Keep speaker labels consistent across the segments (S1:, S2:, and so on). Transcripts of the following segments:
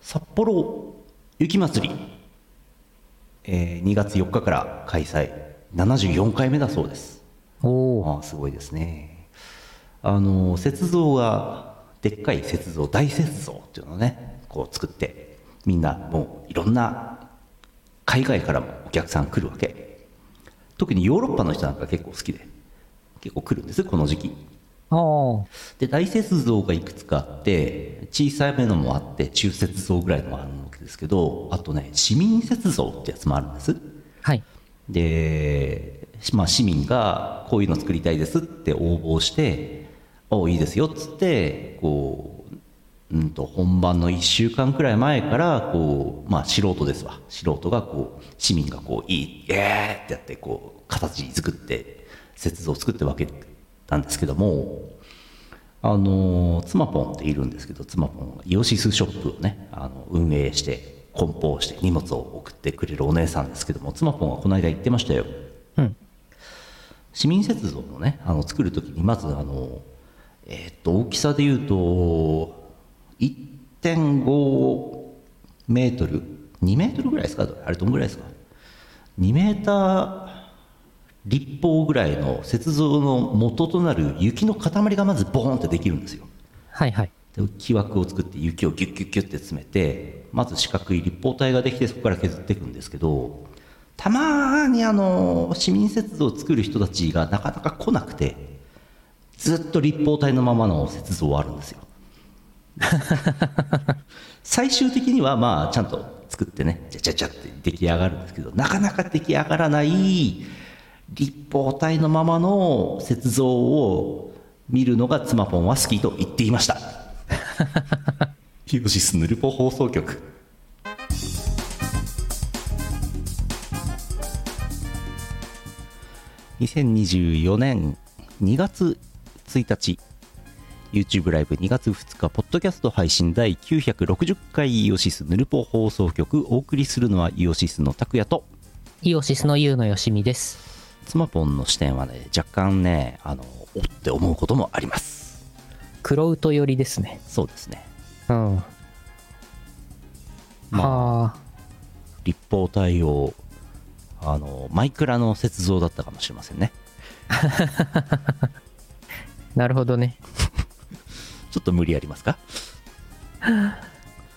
S1: 札幌雪まつり、えー2月4日から開催74回目だそうです
S2: おお
S1: ああすごいですねあの雪像がでっかい雪像大雪像っていうのをねこう作ってみんなもういろんな海外からもお客さん来るわけ特にヨーロッパの人なんか結構好きで結構来るんですこの時期
S2: ああ
S1: で大雪像がいくつかあって小さめのもあって中雪像ぐらいのもあるわけですけどあとね市民雪像ってやつもあるんです
S2: はい
S1: で、まあ、市民がこういうの作りたいですって応募して「おいいですよ」っつってこう、うん、と本番の1週間くらい前からこう、まあ、素人ですわ素人がこう市民がこう「いいえー!」ってやってこう形作って雪像を作って分けたんですけども。あのー妻ポンっているんですけど妻ポンはイオシスショップをねあの運営して梱包して荷物を送ってくれるお姉さんですけども妻ポンはこの間言ってましたよ
S2: うん
S1: 市民雪像のねあの作る時にまずあの、えーっと大きさでいうと1.5メートル2メートルぐらいですかあれどんぐらいですか2メーター立方ぐらいの雪像の元となる雪の塊がまずボーンってできるんですよ
S2: はいはい
S1: で木枠を作って雪をギュッギュッギュッって詰めてまず四角い立方体ができてそこから削っていくんですけどたまーにあの市民雪像を作る人たちがなかなか来なくてずっと立方体のままの雪像はあるんですよ最終的にはまあちゃんと作ってねちゃちゃちゃって出来上がるんですけどなかなか出来上がらない立方体のままの雪像を見るのが妻ポンは好きと言っていましたヒロシスヌルポ放送局2024年2月1日 YouTube ライブ2月2日ポッドキャスト配信第960回イオシスヌルポ放送局お送りするのはイオシスの拓也と
S2: イオシスのユウのよしみです
S1: 妻ポンの視点はね若干ねあのおって思うこともあります
S2: 黒ウト寄りですね
S1: そうですね
S2: うん
S1: まあ
S2: まあ
S1: 立方体をあのマイクラの雪像だったかもしれませんね
S2: なるほどね
S1: ちょっと無理ありますか
S2: あ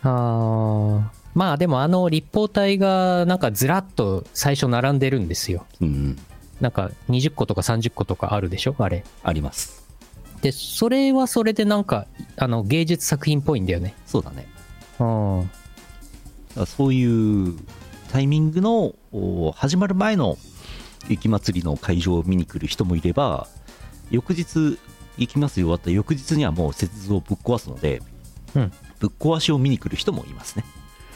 S2: あまあでもあの立方体がなんかずらっと最初並んでるんですよ
S1: うん
S2: なんか20個とか30個とかあるでしょあれ
S1: あります
S2: でそれはそれでなんかあの芸術作品っぽいんだよね
S1: そうだね
S2: うんは
S1: だからそういうタイミングのお始まる前の雪まつりの会場を見に来る人もいれば翌日雪まつり終わった翌日にはもう雪像をぶっ壊すので、
S2: うん
S1: ぶっ壊しを見に来る人もいますね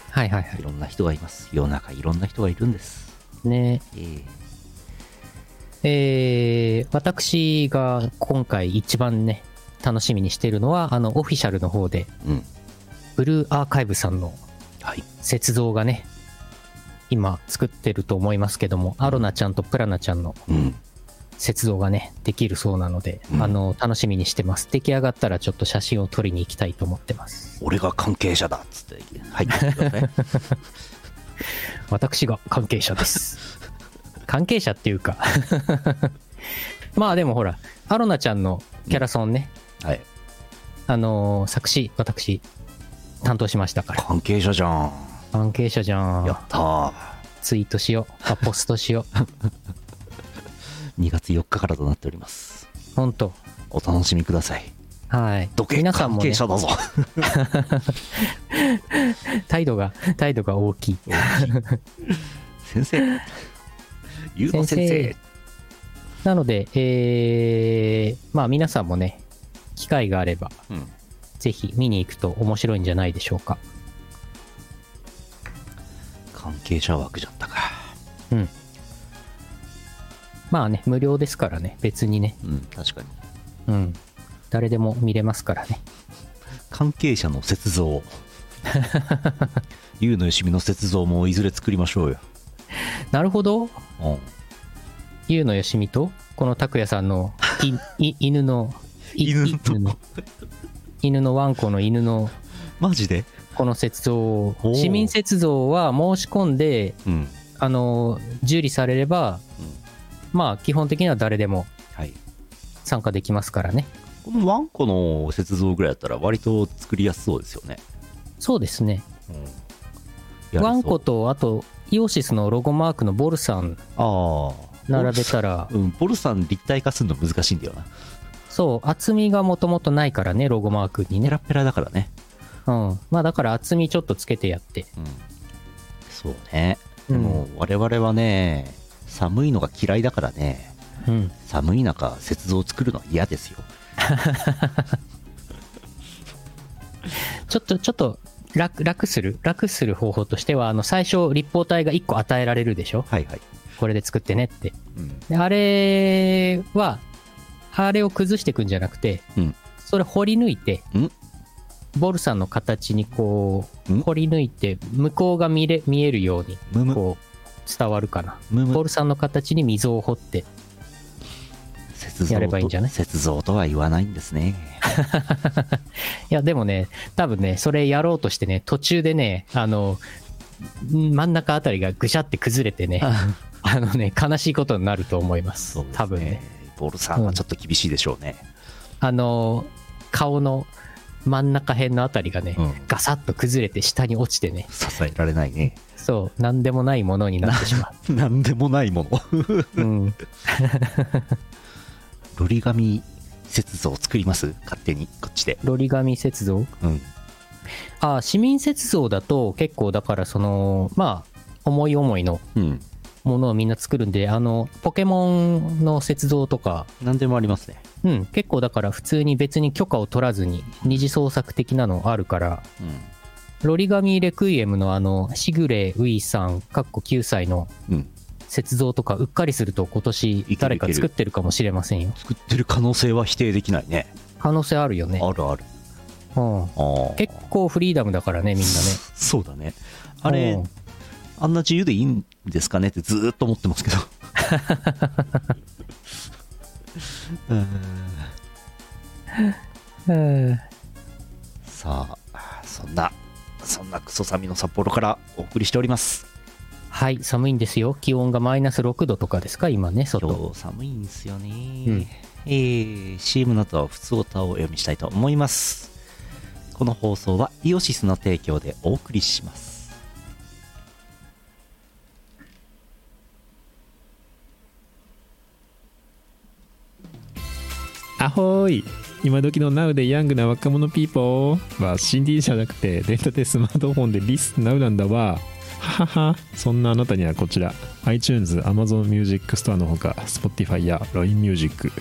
S2: いはいはい
S1: ろんな人がいます世の中いろんな人がいるんです
S2: いね
S1: ええ
S2: えー、私が今回一番ね楽しみにしてるのはあのオフィシャルの方で
S1: うん
S2: ブルーアーカイブさんの
S1: はい
S2: 雪像がね今作ってると思いますけどもアロナちゃんとプラナちゃんの
S1: うん
S2: 雪像がねできるそうなので、
S1: うん
S2: あの楽しみにしてます出来上がったらちょっと写真を撮りに行きたいと思ってます
S1: 俺が関係者だっつって入ってきてください
S2: 私が関係者です 関係者っていうか まあでもほらアロナちゃんのキャラソンね、
S1: はい
S2: あのー作詞私担当しましたから
S1: 関係者じゃん
S2: 関係者じゃ
S1: や
S2: ん
S1: ったー
S2: ツイートしよう あポストしよ
S1: 2月4日からとなっております
S2: うほんと
S1: お楽しみください
S2: はい
S1: どけ
S2: 皆さ
S1: 関
S2: んも、
S1: 係
S2: ね、
S1: 者だぞ
S2: 態度が 態度が大 きい
S1: 先生ゆうの先生
S2: 先なのでえー、まあ皆さんもね機会があれば
S1: うん
S2: ぜひ見に行くと面白いんじゃないでしょうか
S1: 関係者枠じゃったか
S2: うんまあね無料ですからね別にね
S1: うん確かに
S2: うん誰でも見れますからね
S1: 関係者の雪 像ゆうのよしみの雪像もいずれ作りましょうよ、
S2: なるほど
S1: うん、
S2: ゆうのよしみとこの拓也さんのいい犬のい
S1: 犬の
S2: 犬の犬のワンコの犬の
S1: マジで
S2: この雪像を
S1: おー
S2: 市民雪像は申し込んで
S1: うん
S2: あの受理されれば、まあ基本的には誰でも
S1: はい、
S2: 参加できますからね
S1: このワンコの雪像ぐらいだったら割と作りやすそうですよね、
S2: そうですね
S1: やれそう
S2: ワンコとあとイオシスのロゴマークのボルさん
S1: ああ
S2: 並べたら
S1: うん、ボルさん立体化するの難しいんだよな
S2: そう厚みがもともとないからねロゴマーク
S1: ペ
S2: にね
S1: ラペラだからね、
S2: うんまあだから厚みちょっとつけてやって
S1: うん、そうね
S2: う
S1: で
S2: ん
S1: も我々はね寒いのが嫌いだからね
S2: うん
S1: 寒い中雪像を作るのは嫌ですよ
S2: ちょっとちょっと楽楽する楽する方法としてはあの最初立方体が1個与えられるでしょ
S1: はいはい、
S2: これで作ってねって
S1: うん、
S2: であれはあれを崩していくんじゃなくて、
S1: うん
S2: それ掘り抜いて
S1: ん
S2: ボルさんの形にこうん掘り抜いて向こうが見れ見えるように
S1: むむ
S2: こう伝わるかな
S1: む
S2: ボ
S1: む
S2: ルさんの形に溝を掘って
S1: 雪像
S2: やればいいんじゃない
S1: と雪像とは言わないんですね
S2: いやでもね多分ねそれやろうとしてね途中でねあのん真ん中あたりがぐしゃって崩れてねあのね悲しいことになると思います
S1: そうですね
S2: 多分ね
S1: ボルさんはちょっと厳しいでしょうね、
S2: あの顔の真ん中辺のあたりがね、
S1: うん
S2: ガサッと崩れて下に落ちてね
S1: 支えられないね
S2: そう何でもないものになってしま
S1: なんでもないもの
S2: う、うん、
S1: ロリ紙雪像を作ります勝手にこっちで
S2: ロリガミ雪像
S1: うん
S2: あ市民雪像だと結構だからそのまあ思い思いの
S1: うん
S2: ものをみんな作るんであのポケモンの雪像とか
S1: 何でもありますね
S2: うん、結構だから普通に別に許可を取らずに二次創作的なのあるからロリガミレクイエムのあのシグレウィさんかっこ9歳の
S1: うん、うん、
S2: 雪像とかうっかりすると今年
S1: ける
S2: 誰か作ってるかもしれませんよ
S1: 作ってる可能性は否定できないね
S2: 可能性あるよね、
S1: あるある
S2: うん、
S1: あー
S2: 結構フリーダムだからねみんなね
S1: そうだねあれ
S2: うん
S1: あんな自由でいいんですかねってずーっと思ってますけ どうーん
S2: うん
S1: さあそんなそんなクソサミの札幌からお送りしております
S2: はい寒いんですよ気温がマイナス6度とかですか今ね
S1: 今
S2: 外
S1: 日寒いんですよね、
S2: うん
S1: えー CM の後は普通歌をお読みしたいと思いますこの放送はイオシスの提供でお送りします
S3: アホーイ今時の Now でヤングな若者ピーポーは CD じゃなくてレンタでスマートフォンでリス Now なんだわはははそんなあなたにはこちら iTunes、Amazon Music Store のほか Spotify や LINE Music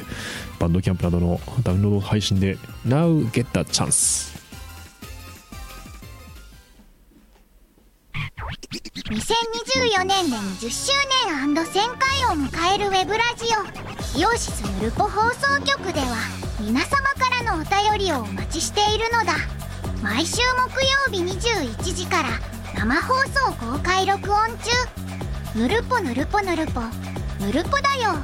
S3: バンドキャンプなどのダウンロード配信で Now get the chance
S4: 2024年で20周年 &1000 回を迎えるウェブラジオイオシスぬるぽ放送局では皆様からのお便りをお待ちしているのだ毎週木曜日21時から生放送公開録音中ぬるぽぬるぽぬるぽぬるぽだよ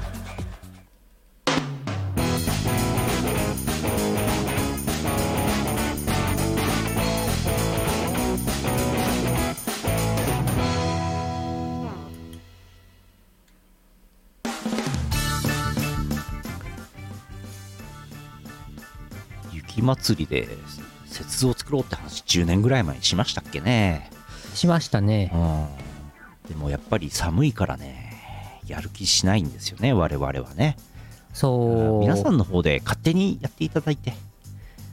S1: 雪祭りで雪像を作ろうって話10年ぐらい前にしましたっけね
S2: しましたね
S1: うんでもやっぱり寒いからねやる気しないんですよね我々はね
S2: そう
S1: 皆さんの方で勝手にやっていただいて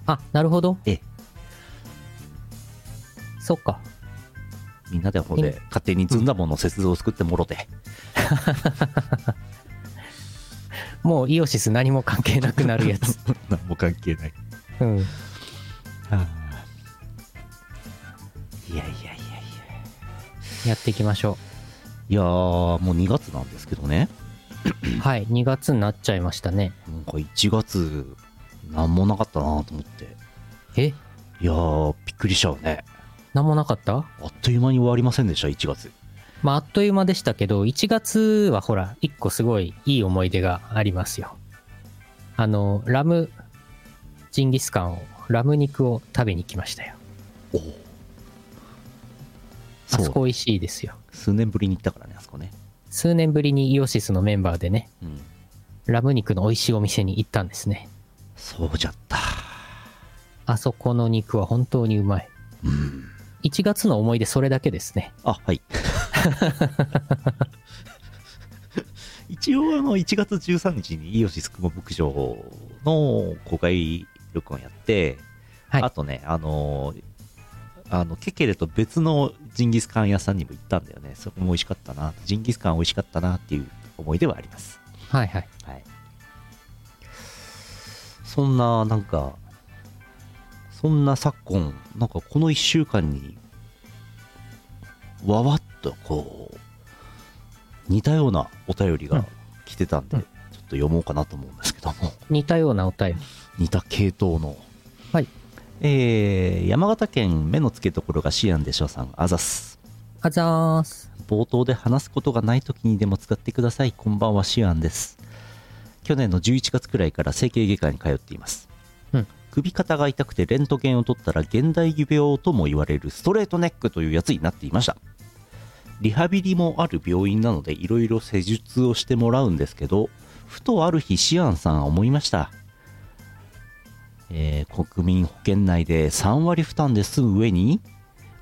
S2: あなるほど
S1: ええ
S2: そっか
S1: みんなで方
S2: いい
S1: で勝手にずんだもの雪像を作ってもろて、
S2: もうイオシス何も関係なくなるや つ
S1: 何も関係ない
S2: うん
S1: いやいやいやいや
S2: やっていきましょ
S1: いやーもう2月なんですけどね
S2: うはい2月になっちゃいましたね
S1: なんか1月なんもなかったなと思って
S2: え
S1: いやーびっくりしちゃうね
S2: 何もなかった
S1: あっという間に終わりませんでした1月
S2: まああっという間でしたけど1月はほら1個すごいいい思い出がありますよあのラムジンギスカンをラム肉を食べに来ましたよ
S1: おお
S2: あそこ美味しいですよ。
S1: 数年ぶりに行ったからねあそこね
S2: 数年ぶりにイオシスのメンバーでね、
S1: うん
S2: ラム肉の美味しいお店に行ったんですね。
S1: そうじゃった
S2: あそこの肉は本当にうまい。1月の思い出それだけですね。
S1: あはい 一応あの1月13日にイオシス雲牧場の公開録音やって、
S2: はい
S1: あとねあのーあのケケレと別のジンギスカン屋さんにも行ったんだよねそこも美味しかったなジンギスカン美味しかったなっていう思い出はあります
S2: はいはい。
S1: はい、そんななんかそんな昨今なんかこの1週間にわわっとこう似たようなお便りが来てたんで、
S2: うん
S1: ちょっと読もうかなと思うんですけども
S2: 似たようなお便り。
S1: 似た系統の
S2: はい
S1: えー山形県目の付けどころがシアンでしょさんあざっす
S2: あざーす。
S1: 冒頭で話すことがない時にでも使ってくださいこんばんはシアンです去年の11月くらいから整形外科に通っています、
S2: うん
S1: 首肩が痛くてレントゲンを取ったら現代技病とも言われるストレートネックというやつになっていましたリハビリもある病院なのでいろいろ施術をしてもらうんですけどふとある日シアンさんは思いましたえー国民保険内で3割負担で済む上に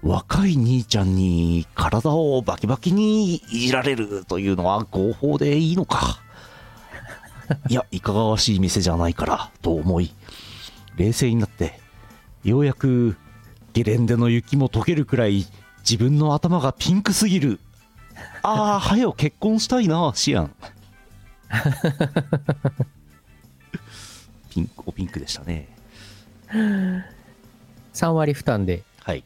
S1: 若い兄ちゃんに体をバキバキにいじられるというのは合法でいいのか いやいかがわしい店じゃないからと思い冷静になってようやくゲレンデの雪も溶けるくらい自分の頭がピンクすぎるああ 早よ結婚したいなシアン ピンクおピンクでしたね
S2: 3割負担で
S1: はい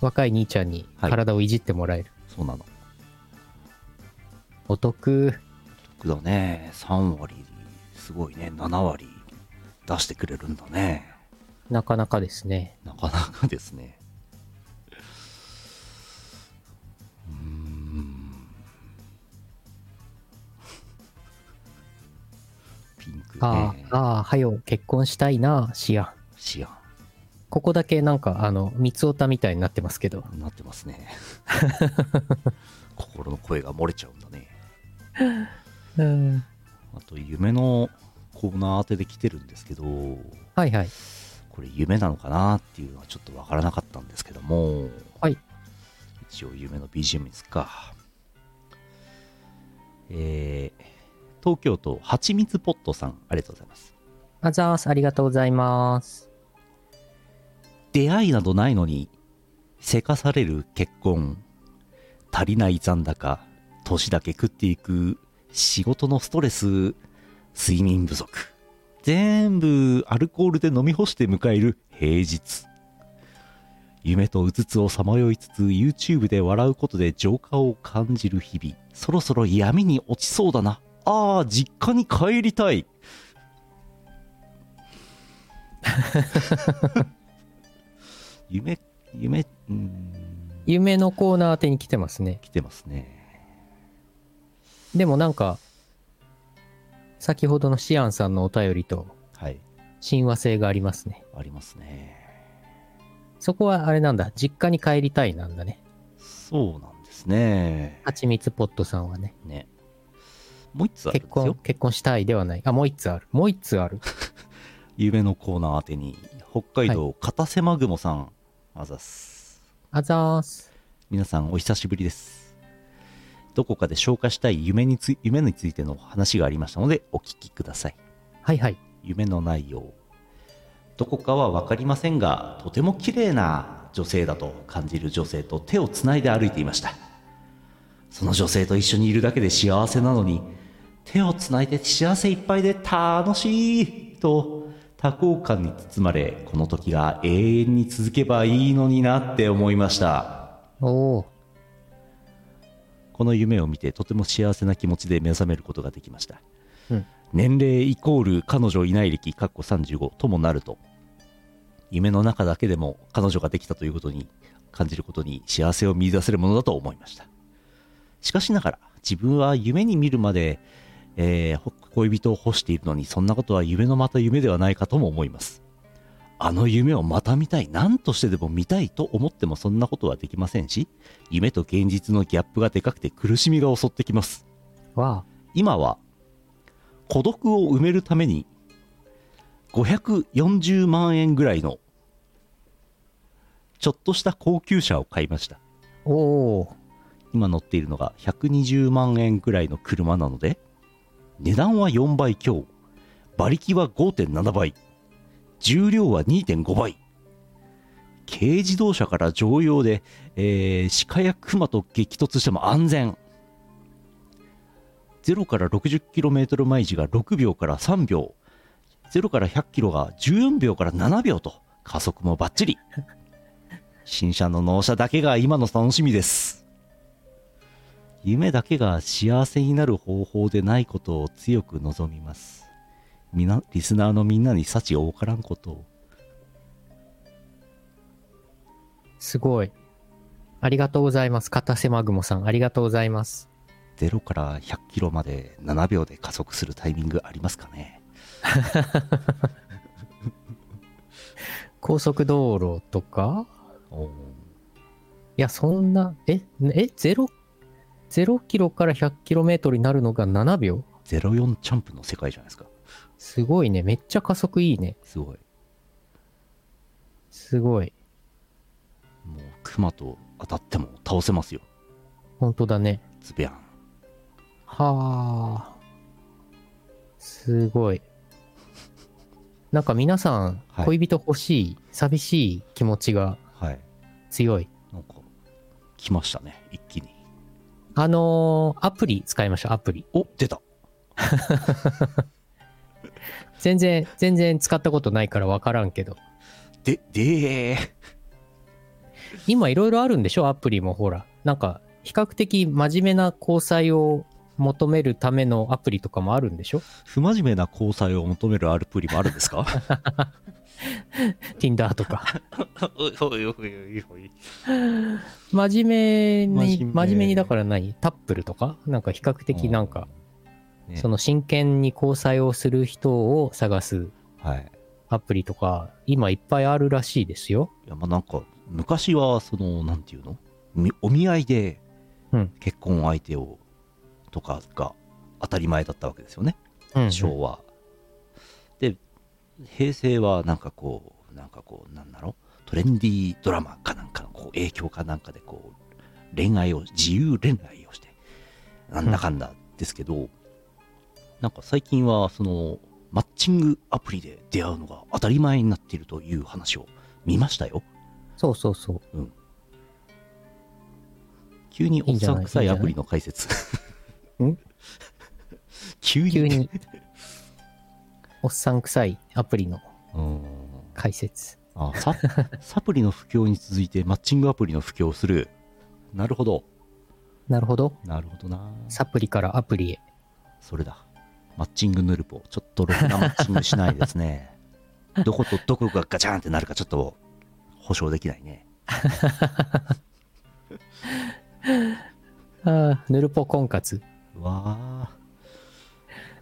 S2: 若い兄ちゃんに体をいじってもらえる。
S1: そうなの
S2: お得。
S1: 僕だね3割すごいね7割出してくれるんだね
S2: なかなかですね。
S1: なかなかですねうーんピンク
S2: あ
S1: ね
S2: あ、ああ、はよ、結婚したいな、シアン。
S1: シア
S2: ここだけなんか、あの、三つおたみたいになってますけど。
S1: ンになってますね 心の声が漏れちゃうんだね
S2: うん。
S1: あと夢のコーナー当てで来てるんですけどこ
S2: はいはい。
S1: れ夢なのかなっていうのはちょっとわからなかったんですけども
S2: はい。
S1: 一応夢の BGM ですか。えー東京都はちみつポットさん、ありがとうございます。
S2: あざーす。ありがとうございます。
S1: 出会いなどないのに、せかされる結婚、足りない残高、年だけ食っていく、仕事のストレス、睡眠不足。全部アルコールで飲み干して迎える平日。夢とうつつをさまよいつつ YouTube で笑うことで浄化を感じる日々そろそろ闇に落ちそうだなあー実家に帰りたい夢夢うん
S2: 夢のコーナー宛てに来てますね。
S1: 来てますね
S2: でもなんか、先ほどのシアンさんのお便りと
S1: はい
S2: 親和性がありますね。
S1: ありますね
S2: そこはあれなんだ。実家に帰りたいなんだね。
S1: そうなんですね
S2: はちみつポットさんはね。
S1: ねもう一つあるんです
S2: 結婚
S1: よ、
S2: 結婚したいではない。あ、もう一つある。もう一つある。
S1: 夢のコーナー宛てに北海道片瀬マグモさん、あざっす
S2: あざーす。
S1: 皆さんお久しぶりですどこかで消化したい夢につい夢についての話がありましたのでお聞きください
S2: はいはい。
S1: 夢の内容どこかは分かりませんがとても綺麗な女性だと感じる女性と手をつないで歩いていましたその女性と一緒にいるだけで幸せなのに手をつないで幸せいっぱいで楽しいと多幸感に包まれこの時が永遠に続けばいいのになって思いました
S2: おー。
S1: この夢を見てとても幸せな気持ちで目覚めることができました、
S2: うん
S1: 年齢イコール彼女いない歴かっこ35ともなると夢の中だけでも彼女ができたということに感じることに幸せを見出せるものだと思いましたしかしながら自分は夢に見るまで、えーほ恋人を欲しているのにそんなことは夢のまた夢ではないかとも思いますあの夢をまた見たい、何としてでも見たいと思ってもそんなことはできませんし、夢と現実のギャップがでかくて苦しみが襲ってきます。
S2: わ
S1: 今は、孤独を埋めるために、540万円ぐらいの、ちょっとした高級車を買いました。
S2: あおお
S1: 今乗っているのが120万円ぐらいの車なので値段は4倍強馬力は5.7倍重量は2.5倍軽自動車から乗用で、えー鹿や熊と激突しても安全0から 60km 毎時が6秒から3秒0から 100km が14秒から7秒と加速もバッチリ新車の納車だけが今の楽しみです夢だけが幸せになる方法でないことを強く望みますみなリスナーのみんなに幸多からんことを
S2: すごいありがとうございます片瀬マグモさんありがとうございます
S1: 0から100キロまで7秒で加速するタイミングありますかね
S2: 高速道路とか
S1: おー
S2: いや、そんな、え、え、ゼロ、ゼロキロから100キロメートルになるのが7秒
S1: 04チャンプの世界じゃないですか
S2: すごいね。めっちゃ加速いいね。
S1: すごい
S2: すごい。
S1: もう熊と当たっても倒せますよ
S2: ほんとだね。
S1: ズビャン
S2: はあ。すごい。なんか皆さん、
S1: はい
S2: 恋人欲しい、寂しい気持ちが
S1: はい
S2: 強い。
S1: なんか来ましたね一気に
S2: あのーアプリ使いましょう、アプリ。
S1: お出た
S2: 全然、全然使ったことないからわからんけど。
S1: ででー
S2: 今いろいろあるんでしょアプリもほらなんか比較的真面目な交際を求めるためのアプリとかもあるんでしょ
S1: 不真面目な交際を求めるアルプリもあるんですか
S2: Tinder とか
S1: おいおいおいおいおい
S2: 真面目に
S1: 真面目
S2: 真面目にだから何タップルとかなんか比較的なんか、
S1: ね
S2: その真剣に交際をする人を探す
S1: はい
S2: アプリとか今いっぱいあるらしいですよ
S1: いやまあなんか昔はそのなんていうのみお見合いで
S2: うん
S1: 結婚相手をとかが当たり前だったわけですよね、
S2: うん
S1: 昭和で平成はなんかこうなんかこうなんだろうトレンディードラマかなんかのこう影響かなんかでこう恋愛を自由恋愛をしてなんだかんだですけど、なんか最近はそのマッチングアプリで出会うのが当たり前になっているという話を見ましたよ
S2: そうそうそう
S1: 急におっさん臭
S2: い
S1: い
S2: いんじゃ
S1: ア
S2: ない
S1: プリの解説
S2: ん
S1: 急に
S2: 急 におっさん臭いアプリの
S1: うん
S2: 解説
S1: あサ サプリの不況に続いてマッチングアプリの不況をするなるほど
S2: なるほど
S1: なるほどな
S2: サプリからアプリへ
S1: それだマッチングヌルポちょっとろくなマッチングしないです ねどことどこがガチャンってなるかちょっと保証できないね
S2: ああ、ヌルポ婚活。
S1: うわ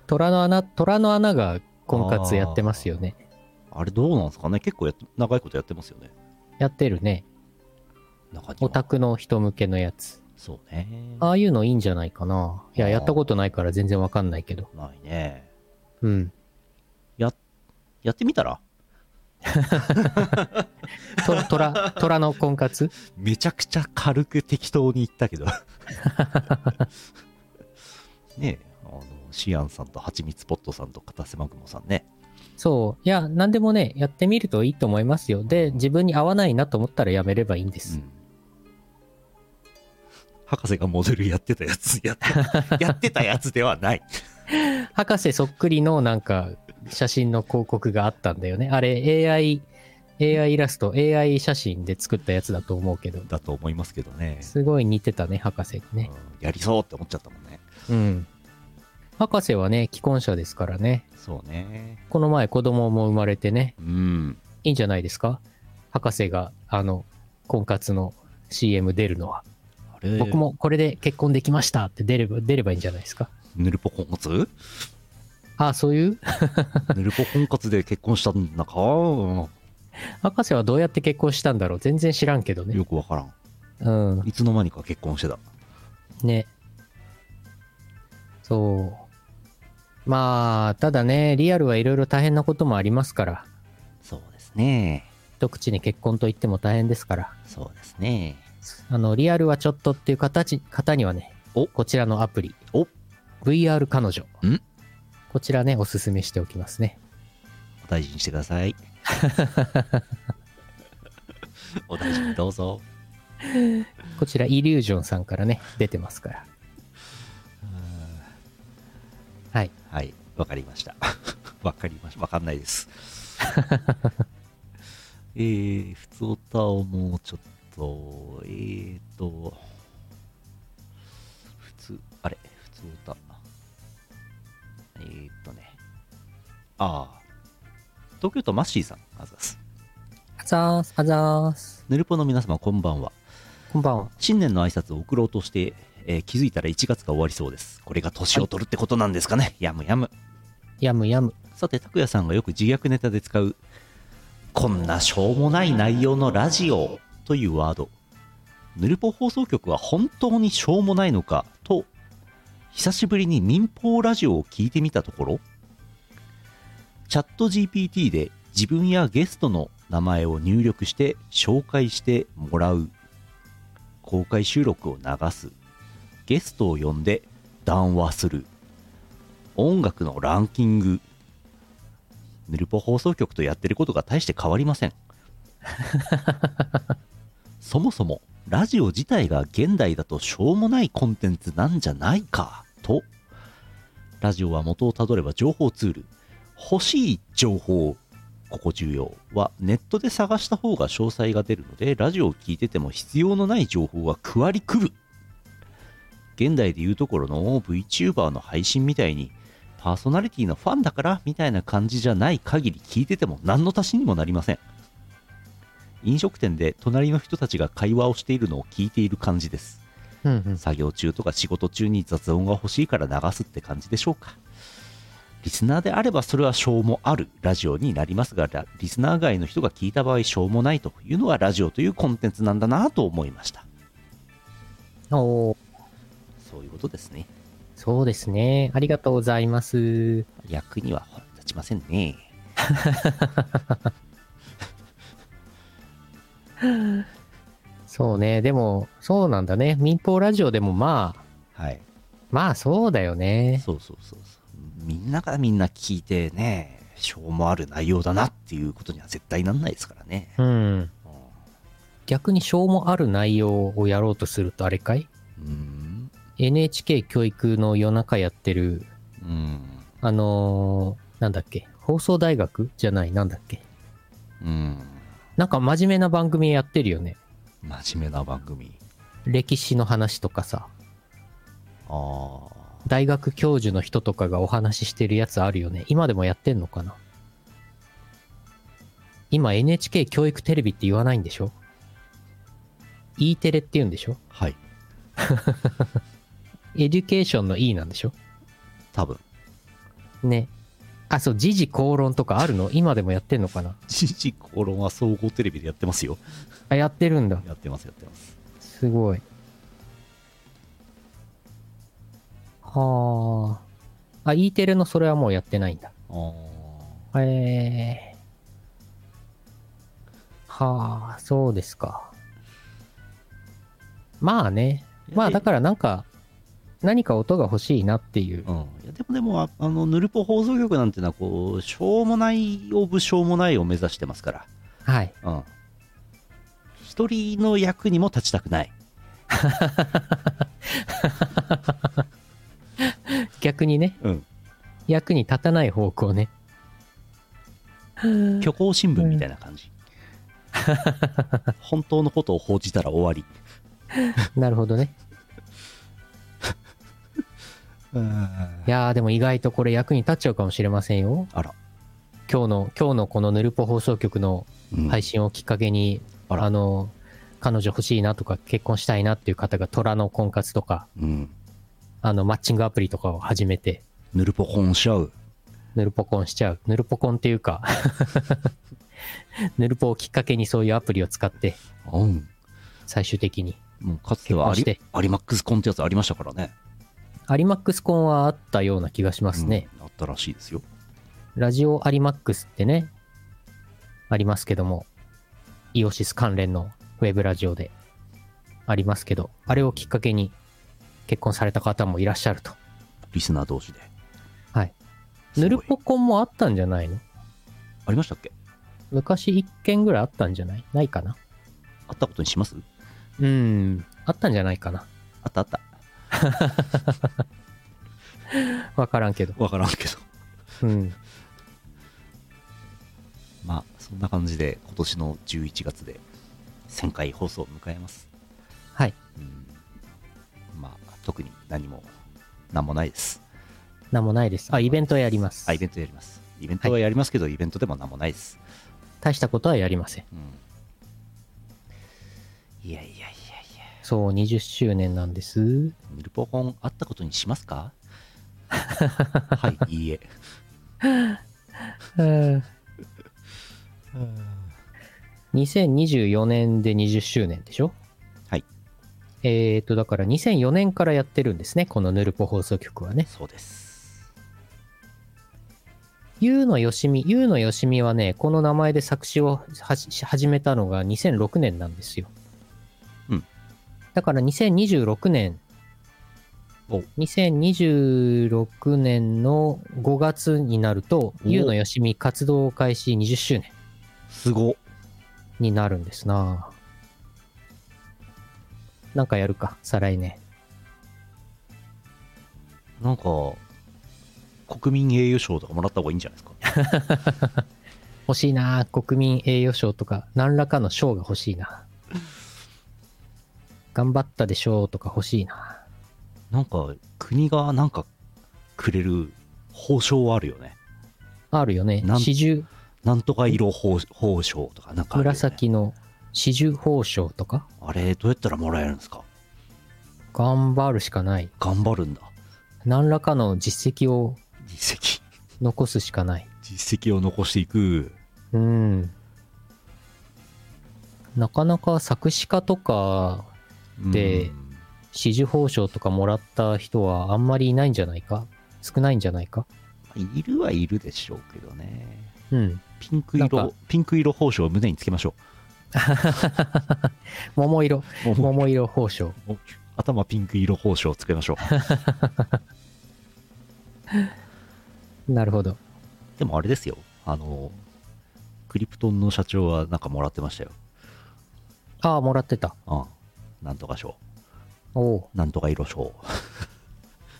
S2: 虎の穴、虎の穴が婚活やってますよね。
S1: ーあれどうなんですかね結構やっ長いことやってますよね
S2: やってるね。
S1: 中には
S2: オタクの人向けのやつ。
S1: そうね
S2: ああいうのいいんじゃないかな。いや、やったことないから全然わかんないけど。
S1: ないね
S2: うん。
S1: ややってみたら
S2: と虎、虎の婚活
S1: めちゃくちゃ軽く適当に言ったけど ねえあのシアンさんとハチミツポットさんとカタセマグモさんね
S2: そう。いや、なんでもね、やってみるといいと思いますよ。で、自分に合わないなと思ったらやめればいいんです。
S1: 博士がモデルやってたやつやった やってたやつではない
S2: 博士そっくりのなんか写真の広告があったんだよね。あれ AI、AI イラスト、AI 写真で作ったやつだと思うけど。
S1: だと思いますけどね、
S2: すごい似てたね、博士に
S1: う
S2: ね
S1: ん。やりそうって思っちゃったもんね
S2: うん。博士はね、既婚者ですからね。
S1: そうね
S2: この前子供も生まれてね、
S1: うん
S2: いいんじゃないですか博士が、あの、婚活の CM 出るのは。
S1: あれ
S2: 僕もこれで結婚できましたって出れば、出ればいいんじゃないですか。
S1: ヌルポ婚 活
S2: ああ、そういう
S1: ヌルポ婚活で結婚したんだか
S2: 博士はどうやって結婚したんだろう全然知らんけどね。
S1: よくわからん
S2: うん。
S1: いつの間にか結婚してた
S2: ね。そう。まあ、ただね、リアルはいろいろ大変なこともありますから。
S1: そうですね
S2: 一口に結婚と言っても大変ですから。
S1: そうですね
S2: あの、リアルはちょっとっていう形方にはね、
S1: お
S2: こちらのアプリ、
S1: お
S2: VR 彼女。
S1: ん
S2: こちらね、おすすめしておきますね。
S1: お大事にしてください お大事にどうぞ
S2: こちら、イリュージョンさんからね、出てますから。はい。
S1: はいわかりました わかりましたわかんないです えー、普通歌をもうちょっとえーと普通あれ普通歌えーとねああ東京都マッシーさんあざっす
S2: あざーす、あざーす。
S1: ヌルポの皆様こんばんは
S2: こんばんは。
S1: 新年の挨拶を送ろうとして、えー気づいたら1月が終わりそうですこれが年を取るってことなんですかね、やむやむ
S2: やむやむ。
S1: さて拓也さんがよく自虐ネタで使う「こんなしょうもない内容のラジオ」というワードヌルポ放送局は本当にしょうもないのかと久しぶりに民放ラジオを聞いてみたところチャット GPT で自分やゲストの名前を入力して紹介してもらう公開収録を流すゲストを呼んで談話する音楽のランキングヌルポ放送局とやってることが大して変わりませんそもそもラジオ自体が現代だとしょうもないコンテンツなんじゃないかとラジオは元をたどれば情報ツール欲しい情報ここ重要はネットで探した方が詳細が出るのでラジオを聞いてても必要のない情報は区割り区分現代でいうところの VTuber の配信みたいにパーソナリティのファンだからみたいな感じじゃない限り聞いてても何の足しにもなりません飲食店で隣の人たちが会話をしているのを聞いている感じです
S2: うんうん。
S1: 作業中とか仕事中に雑音が欲しいから流すって感じでしょうかリスナーであればそれはしょうもあるラジオになりますがラリスナー外の人が聞いた場合しょうもないというのはラジオというコンテンツなんだなと思いました
S2: おー
S1: そういうことですね
S2: そうですね。ありがとうございます。
S1: 役には立ちませんね
S2: そうね。でも、そうなんだね。民放ラジオでもまあ、
S1: はい
S2: まあそうだよね。
S1: そうそうそうそうみんながみんな聞いてねしょうもある内容だなっていうことには絶対なんないですからね、
S2: うん。
S1: うん
S2: 逆にしょうもある内容をやろうとするとあれかい
S1: うん、
S2: ?NHK 教育の夜中やってる、
S1: うん、
S2: あのーなんだっけ放送大学じゃない、なんだっけ
S1: うん、
S2: なんか真面目な番組やってるよね。
S1: 真面目な番組。
S2: 歴史の話とかさ、
S1: あ
S2: 大学教授の人とかがお話ししてるやつあるよね。今でもやってんのかな今 NHK 教育テレビって言わないんでしょ ?E テレって言うんでしょ
S1: あ、はい、
S2: エデュケーションの E なんでしょ
S1: 多分
S2: ね。あ、そう、時事公論とかあるの今でもやってんのかな
S1: 時事公論は総合テレビでやってますよ。
S2: あ、やってるんだ。
S1: やってます、やってます。
S2: すごい。はあ。あ、E テレのそれはもうやってないんだ。
S1: あー
S2: へえ。はあ、そうですか。まあね。まあだからなんか、何か音が欲しいなっていう。
S1: うん、いやでもでもああのヌルポ放送局なんてのはこうしょうもないオブしょうもないを目指してますから
S2: はい。
S1: うん一人の役にも立ちたくない
S2: 逆にね、
S1: うん
S2: 役に立たない方向ね。
S1: 虚構新聞みたいな感じ、本当のことを報じたら終わり
S2: なるほどね。いやーでも意外とこれ役に立っちゃうかもしれませんよ。
S1: あら、
S2: 今日の、今日のこのぬるぽ放送局の
S1: うん
S2: 配信をきっかけに、
S1: あら
S2: あの、彼女欲しいなとか結婚したいなっていう方が虎の婚活とか、
S1: うん
S2: あの、マッチングアプリとかを始めて、
S1: ぬるぽほんしちゃう
S2: ぬるぽこんしちゃう。ぬるぽこんっていうか ぬるぽをきっかけにそういうアプリを使って、
S1: うん
S2: 最終的に。
S1: もうかつてはアリ
S2: 結
S1: アリマックスコンってやつありましたからね。
S2: アリマックスコンはあったような気がしますね。
S1: うんあったらしいですよ。
S2: ラジオアリマックスってね、ありますけども、イオシス関連のウェブラジオでありますけど、あれをきっかけに結婚された方もいらっしゃると。
S1: リスナー同士で。
S2: はい。
S1: すご
S2: ぬ
S1: い
S2: るぽこんもあったんじゃないの
S1: ありましたっけ
S2: 昔1件ぐらいあったんじゃないないかな
S1: あったことにします
S2: うん、あったんじゃないかな
S1: あったあった。
S2: わからんけど。
S1: わからんけど。
S2: うん。
S1: まあ、そんな感じで、今年の11月で1000回放送を迎えます。
S2: はい。
S1: うんまあ、特に何も、何もないです。
S2: なんもないです。あ、イベントやります。
S1: あ、イベントやります。イベントはやりますけど、イベントでも何もないです。
S2: 大したことはやりません。
S1: うんいやいやいやいや。
S2: そう、20周年なんです。
S1: ヌルポコンあったことにします かはい、いいえ。
S2: うん。2024年で20周年でしょ
S1: はい。
S2: えーと、だから2004年からやってるんですね。このヌルポ放送局はね。
S1: そうです。
S2: ゆうのよしみ、ゆうのよしみはね、この名前で作詞をはじし始めたのが2006年なんですよ。
S1: うん。
S2: だから2026年、
S1: お
S2: 2026年の5月になると、ゆうのよしみ活動開始20周年
S1: すご。
S2: になるんですななんかやるか、再来年。
S1: なんか、国民栄誉賞とかもらった方がいいんじゃないですか。
S2: 欲しいな国民栄誉賞とか、何らかの賞が欲しいな頑張ったでしょうとか欲しいな
S1: なんか、国がなんかくれる報奨はあるよね。
S2: あるよね
S1: な。ん
S2: 四十
S1: なんとか色報報奨とか、なんかあるよね、
S2: 紫の四十宝章とか
S1: あれ、どうやったらもらえるんですか
S2: 頑張るしかない。
S1: 頑張るんだ。
S2: 何らかの実績を
S1: 実績。
S2: 残すしかない。
S1: 実績を残していく。
S2: うん。なかなか作詞家とかで
S1: うん
S2: 四十宝章とかもらった人はあんまりいないんじゃないか少ないんじゃないか
S1: いるはいるでしょうけどね。
S2: うん。
S1: ピンク
S2: なん
S1: 色
S2: か、
S1: ピンク色報奨を胸につけましょ
S2: 桃色、
S1: う。もうもう
S2: 桃色宝章。
S1: もう頭ピンク色報奨をつけましょう。
S2: なるほど。
S1: でもあれですよ。あの、クリプトンの社長はなんかもらってましたよ。
S2: ああ、もらってた。
S1: うん。なんとか賞。
S2: おおう、
S1: なんとか色賞。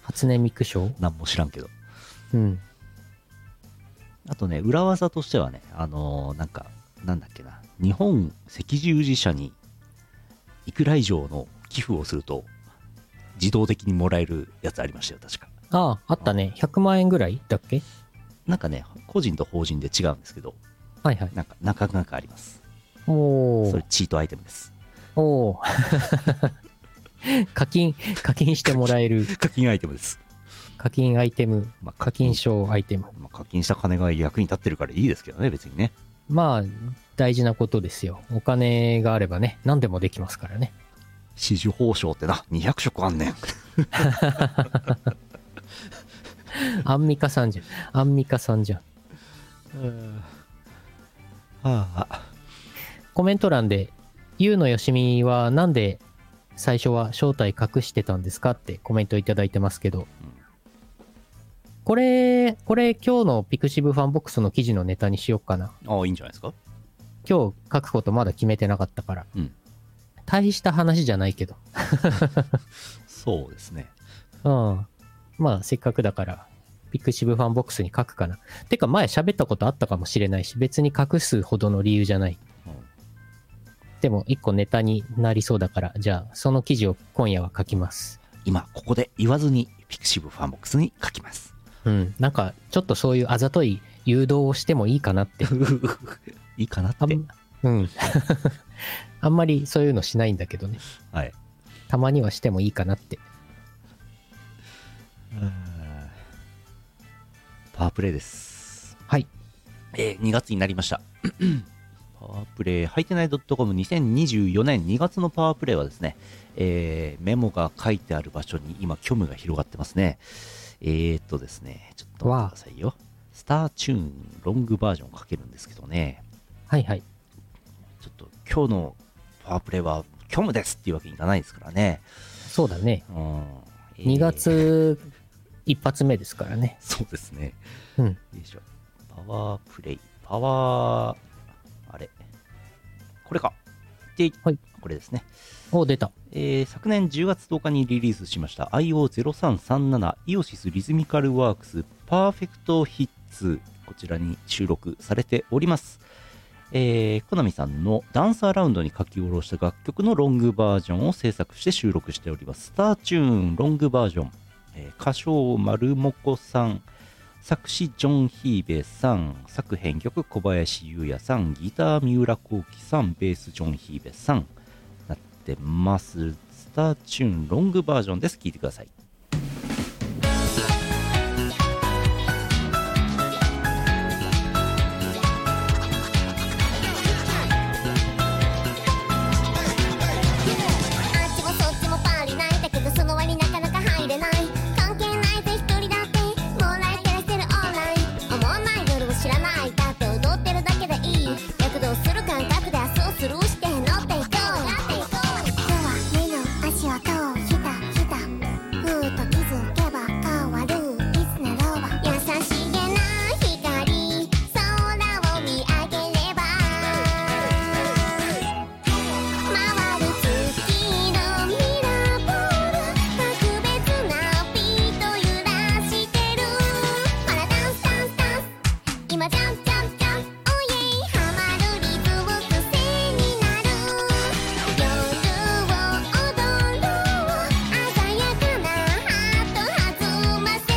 S2: 初音ミク賞
S1: なんも知らんけど。
S2: うん。
S1: あとね、裏技としてはね、あのーなんか、なんだっけな、日本赤十字社にいくら以上の寄付をすると、自動的にもらえるやつありましたよ、確か。
S2: ああ、あったね。100万円ぐらいだっけ
S1: なんかね、個人と法人で違うんですけど、
S2: はいはい。
S1: なんか、なかなかあります。
S2: おお
S1: そ。れ、チートアイテムです。
S2: おおー 課金課金してもらえる
S1: 課金アイテムです。
S2: 課金アイテム
S1: まあ、
S2: 課金賞アイテム
S1: まあ、課金した金が役に立ってるからいいですけどね、別にね。
S2: まあ大事なことですよお金があればね何でもできますからね
S1: 四十報奨ってな、200色あんねん。
S2: アンミカさんじゃんアンミカさんじゃん
S1: はあ、
S2: コメント欄で「ゆうのよしみはなんで最初は正体隠してたんですか?」ってコメントいただいてますけどこれこれ今日のピクシブファンボックスの記事のネタにしようかな
S1: ああ、いいんじゃないですか。
S2: 今日書くことまだ決めてなかったから、
S1: うん
S2: 大した話じゃないけど
S1: そうですね。
S2: うん。まあ、せっかくだから、ピクシブファンボックスに書くかな。てか、前喋ったことあったかもしれないし、別に隠すほどの理由じゃない。
S1: うん
S2: でも、一個ネタになりそうだから、じゃあ、その記事を今夜は書きます。
S1: 今、ここで言わずに、ピクシブファンボックスに書きます。
S2: うん。なんか、ちょっとそういうあざとい誘導をしてもいいかな って。
S1: いいかなっ
S2: あ
S1: て
S2: ん。うん。 あんまりそういうのしないんだけどね。
S1: はい。
S2: たまにはしてもいいかなって。
S1: パパワープレイです。
S2: はい。
S1: えー、2月になりま した。パワープレイ、はいてない .com2024 年2月のパワープレイはですね、えーメモが書いてある場所に今、虚無が広がってますね。えー、っとですね、ちょっと待ってくださいよ。スターチューンロングバージョンをかけるんですけどね、
S2: はいはい。
S1: ちょっと今日のパワープレイは虚無ですっていうわけにいかないですからね。
S2: そうだね。
S1: うんえー
S2: 2月一発目ですからね。
S1: そうですね。
S2: うん
S1: よいしょ。パワープレイ。パワー、あれ。これか。で、
S2: はい
S1: これですね。
S2: お、出た。
S1: えー昨年10月10日にリリースしました IO0337 イオシスリズミカルワークスパーフェクトヒッツこちらに収録されております。えー、コナミさんのダンスアラウンドに書き下ろした楽曲のロングバージョンを制作して収録しております。スターチューンロングバージョン、えー歌唱丸もこさん、作詞ジョン・ヒーベさん、作編曲小林優也さん、ギター三浦幸喜さん、ベースジョン・ヒーベさん、なってます。スターチューンロングバージョンです。聞いてください。
S5: あっちもそっちもパリないだけどその割になかなか入れない関係ないぜ一人だってもらえてらしてるオーライ思わない夜を知らないだって踊ってるだけでいい躍動する感覚で明日をスルーして乗っていこ
S4: 今
S5: う
S4: 日は目の足をとひたひたふーと気づけば変わるいつなろうは
S5: 優しげな光空を見上げれば回る月のミラーボール特別なビート揺らしてるほらダンスダンスダンス今ジャンプジャンプジャンプおいえいハマるリズム癖になる夜を踊ろう鮮やかなハート弾ませて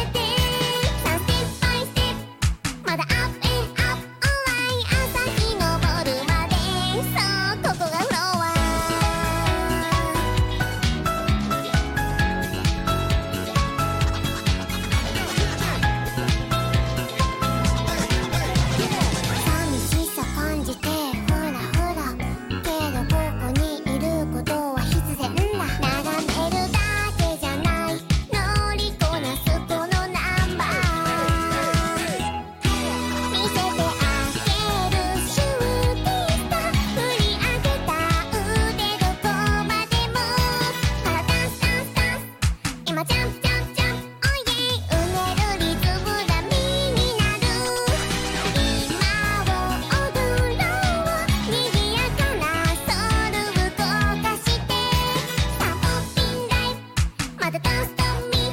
S5: さステップバイステップまだアップエンアップオンライン朝日昇るまでそうここがフロア
S4: 寂しさ感じてふらふらけどここにいることは必然だ
S5: 眺めるだけじゃない乗りこなすこのナンバー見せてあげるシューティスター振り上げた腕どこまでもパラダンスダンスダンス今ジャンプジャンプジャンプおいえい埋めるリズムが身になる今を踊ろう賑やかなソウル動かしてサポピンライフまだダンスとミーオンライン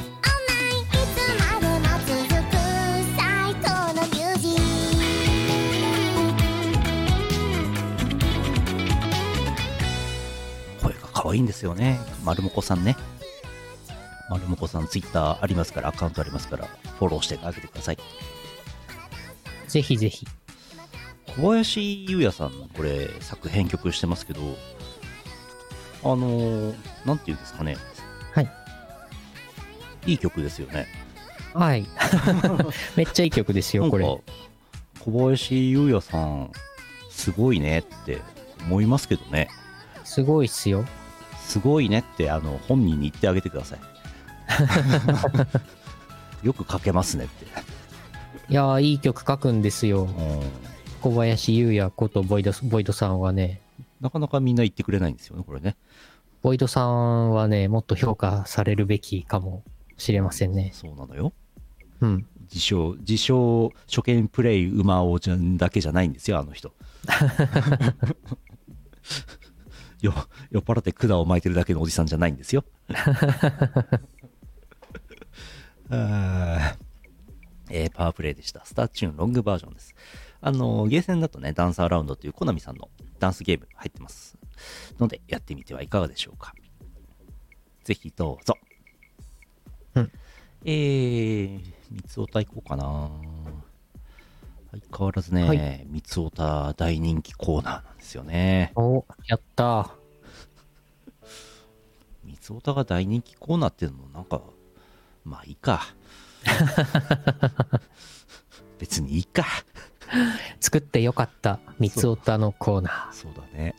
S5: いつまでも続く最高のミュージック
S1: 声が可愛いんですよね。丸もこさんね。丸もこさん、ツイッターありますから、アカウントありますから、フォローしてあげてください。
S2: ぜひぜひ。
S1: 小林優也さん、これ、作編曲してますけど、あのー、なんていうんですかね。
S2: はい。
S1: いい曲ですよね。
S2: はい。めっちゃいい曲です
S1: な
S2: よ、
S1: ん
S2: こ
S1: か
S2: れ。、
S1: 小林優也さん、すごいねって思いますけどね。
S2: すごいっすよ。
S1: すごいねって、あの、本人に言ってあげてください。よく書けますねって。
S2: いやー、いい曲書くんですよ。
S1: うん
S2: 小林優也ことボイド、ボイドさんはね、
S1: なかなかみんな言ってくれないんですよね、これね。
S2: ボイドさんはね、もっと評価されるべきかもしれませんね。
S1: そうなのよ。
S2: うん。
S1: 自称、自称、初見プレイ馬王ちゃんだけじゃないんですよ、あの人。よ酔っ払って管を巻いてるだけのおじさんじゃないんですよ。あーえーパワープレイでした。スターチューンロングバージョンです。あの、ゲーセンだとね、ダンサーラウンドというコナミさんのダンスゲーム入ってます。ので、やってみてはいかがでしょうか。ぜひどうぞ。えー、三つおた行こうかな。相変わらずね、
S2: は
S1: 三つおた大人気コーナーなんですよね。
S2: お、やったー。
S1: 三つおたが大人気 コーナーっていうのもなんか、まあいいか。別にいいか
S2: 作ってよかった、三つおたのコーナ
S1: そうだね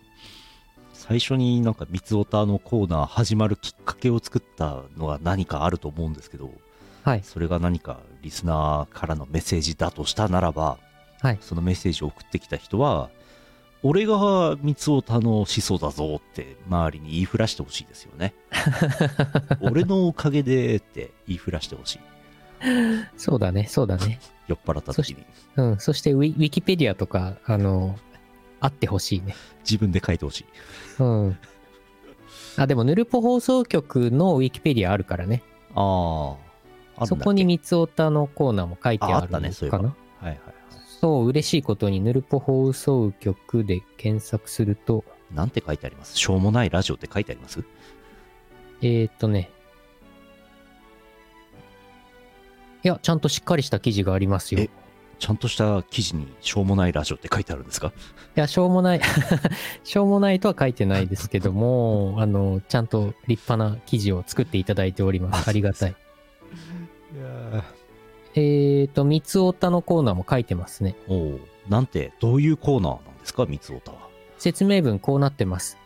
S1: 最初になんか三つおたのコーナー始まるきっかけを作ったのは何かあると思うんですけど
S2: ー。はい。
S1: それが何かリスナーからのメッセージだとしたならば、
S2: はい
S1: そのメッセージを送ってきた人は俺が三つおたの思想だぞって周りに言いふらしてほしいですよ ね俺のおかげでって言いふらしてほしい
S2: そうだね、そうだね。
S1: 酔っ払った時に
S2: うん。そしてウィ、ウィキペディアとか、あの、あってほしいね。
S1: 自分で書いてほしい
S2: うん。あ、でも、ヌルポ放送局のウィキペディアあるからね。
S1: ああ
S2: そこに三つおたのコーナーも書いて
S1: ああ
S2: あ
S1: っ
S2: る
S1: た
S2: のかな。
S1: ねそういえばはいはいはい
S2: そう、嬉しいことに、ヌルポ放送局で検索すると、
S1: なんて書いてありますしょうもないラジオって書いてあります
S2: えー、っとね。いや、ちゃんとしっかりした記事がありますよ。
S1: え
S2: い
S1: ちゃんとした記事にしょうもないラジオって書いてあるんですか
S2: や、しょうもない、 しょうもないとは書いてないですけど も、あの、ちゃんと立派な記事を作っていただいております。ありがたい。
S1: いや
S2: えー、っと、三つおたのコーナーも書いてますね。
S1: おうなんてどういうコーナーなんですか三つおたは
S2: 説明文こうなってます。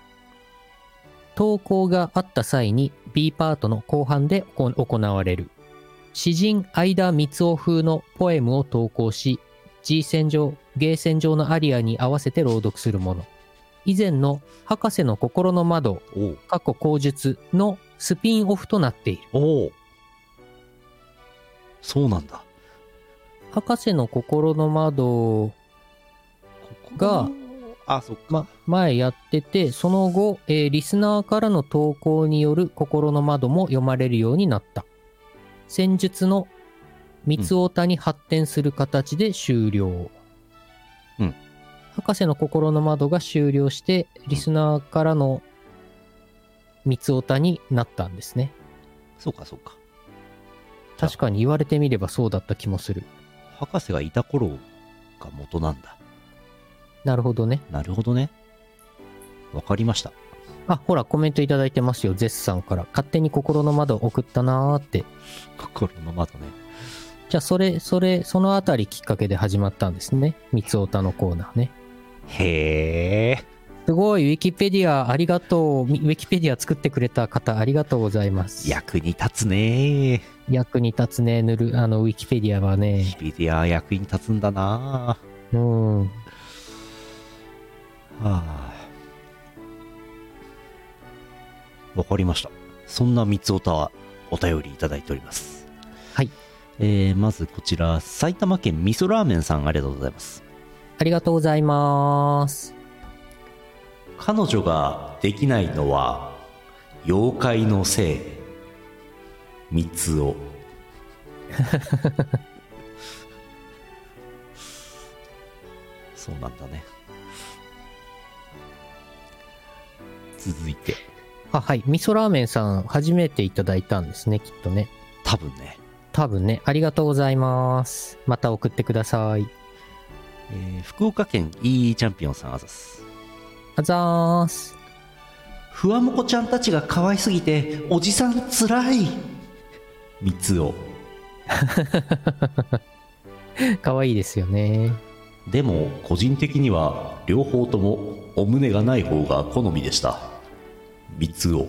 S2: 投稿があった際に B パートの後半で行行われる。詩人相田光夫風のポエムを投稿し、G 線上、G 線上のアリアに合わせて朗読するもの。以前の博士の心の窓、
S1: おう
S2: 過去口述のスピンオフとなっている。
S1: おうそうなんだ
S2: 博士の心の窓が、
S1: あそっか、
S2: ま、前やってて、その後、えーリスナーからの投稿による心の窓も読まれるようになった。戦術の三つ太田に発展する形で終了。
S1: うん
S2: 博士の心の窓が終了して、リスナーからの三つ太田になったんですね。
S1: そうかそうかあ
S2: 確かに言われてみればそうだった気もする。
S1: 博士がいた頃が元なんだ
S2: なるほどね。
S1: なるほどねわかりました
S2: あ、ほら、コメントいただいてますよ。ゼスさんから。勝手に心の窓送ったなーって。
S1: 心の窓ね
S2: じゃあ、それ、それ、そのあたりきっかけで始まったんですね。三つおたのコーナーね。
S1: へえ
S2: すごい、ウィキペディアありがとう。みウィキペディア作ってくれた方ありがとうございます。
S1: 役に立つね
S2: 役に立つね、ぬる、あの、ウィキペディアは
S1: ヒ
S2: ね。
S1: ビディア役に立つんだな
S2: うん。
S1: はあわかりましたそんな三つおたはお便りいただいております
S2: はい
S1: えーまずこちら埼玉県味噌ラーメンさんありがとうございます
S2: ありがとうございます。
S1: 彼女ができないのは妖怪のせい三つ おそうなんだね続いて
S2: あ、はい。味噌ラーメンさん、初めていただいたんですね、きっとね。
S1: 多分ね、
S2: 多分ね、ありがとうございます。また送ってください。
S1: えー福岡県 EE チャンピオンさんあざす
S2: あざーす。
S1: ふわもこちゃんたちが可愛すぎておじさんつらい三つお
S2: かわいいですよね。
S1: でも個人的には両方ともお胸がない方が好みでした三つお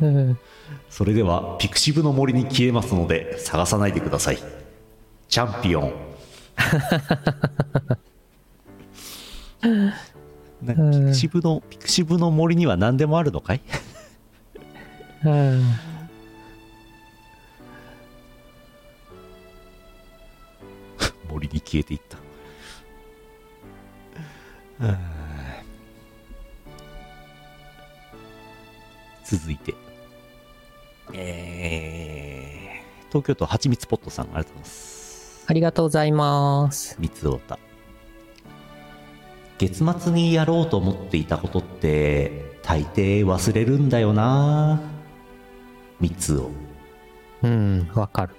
S2: うん。
S1: それではピクシブの森に消えますので探さないでくださいチャンピオン なんかピクシブのピクシブの森には何でもあるのかい
S2: うん
S1: 森に消えていったはあ続いてえー、東京都はちみつポットさんありがとうございます
S2: ありがとうございます。
S1: 三つおた月末にやろうと思っていたことって大抵忘れるんだよな三つお
S2: うん、わかる。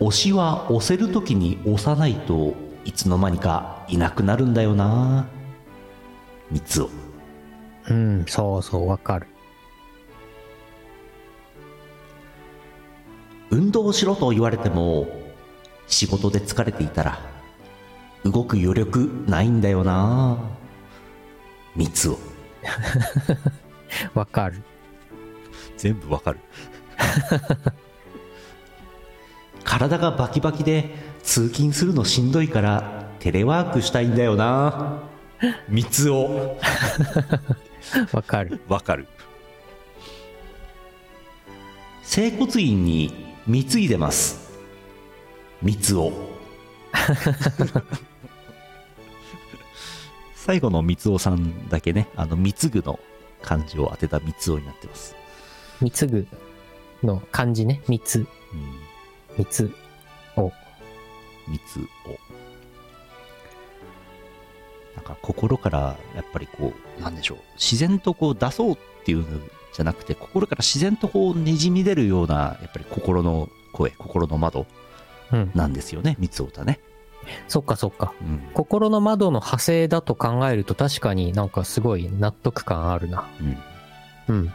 S1: 推しは押せる時に押さないといつの間にかいなくなるんだよな三つを
S2: うん、そうそう、わかる。
S1: 運動をしろと言われても仕事で疲れていたら動く余力ないんだよな三つを
S2: わかる。
S1: 全部わかる体がバキバキで通勤するのしんどいからテレワークしたいんだよな三つを
S2: わかる。
S1: わかる整骨院に貢いでます三つを 最後の三つおさんだけねあの貢ぐの漢字を当てた三つおになってます、
S2: 三つぐの漢字ね。三つ。
S1: うん
S2: 三つ。お。
S1: 三つをなんか心からやっぱりこうなんでしょう自然とこう出そうっていうのじゃなくて心から自然とこうにじみ出るようなやっぱり心の声心の窓
S2: うん。
S1: なんですよね三つ太ね、
S2: そっかそっか。
S1: うん
S2: 心の窓の派生だと考えると確かになんかすごい納得感あるな。
S1: うん
S2: うん。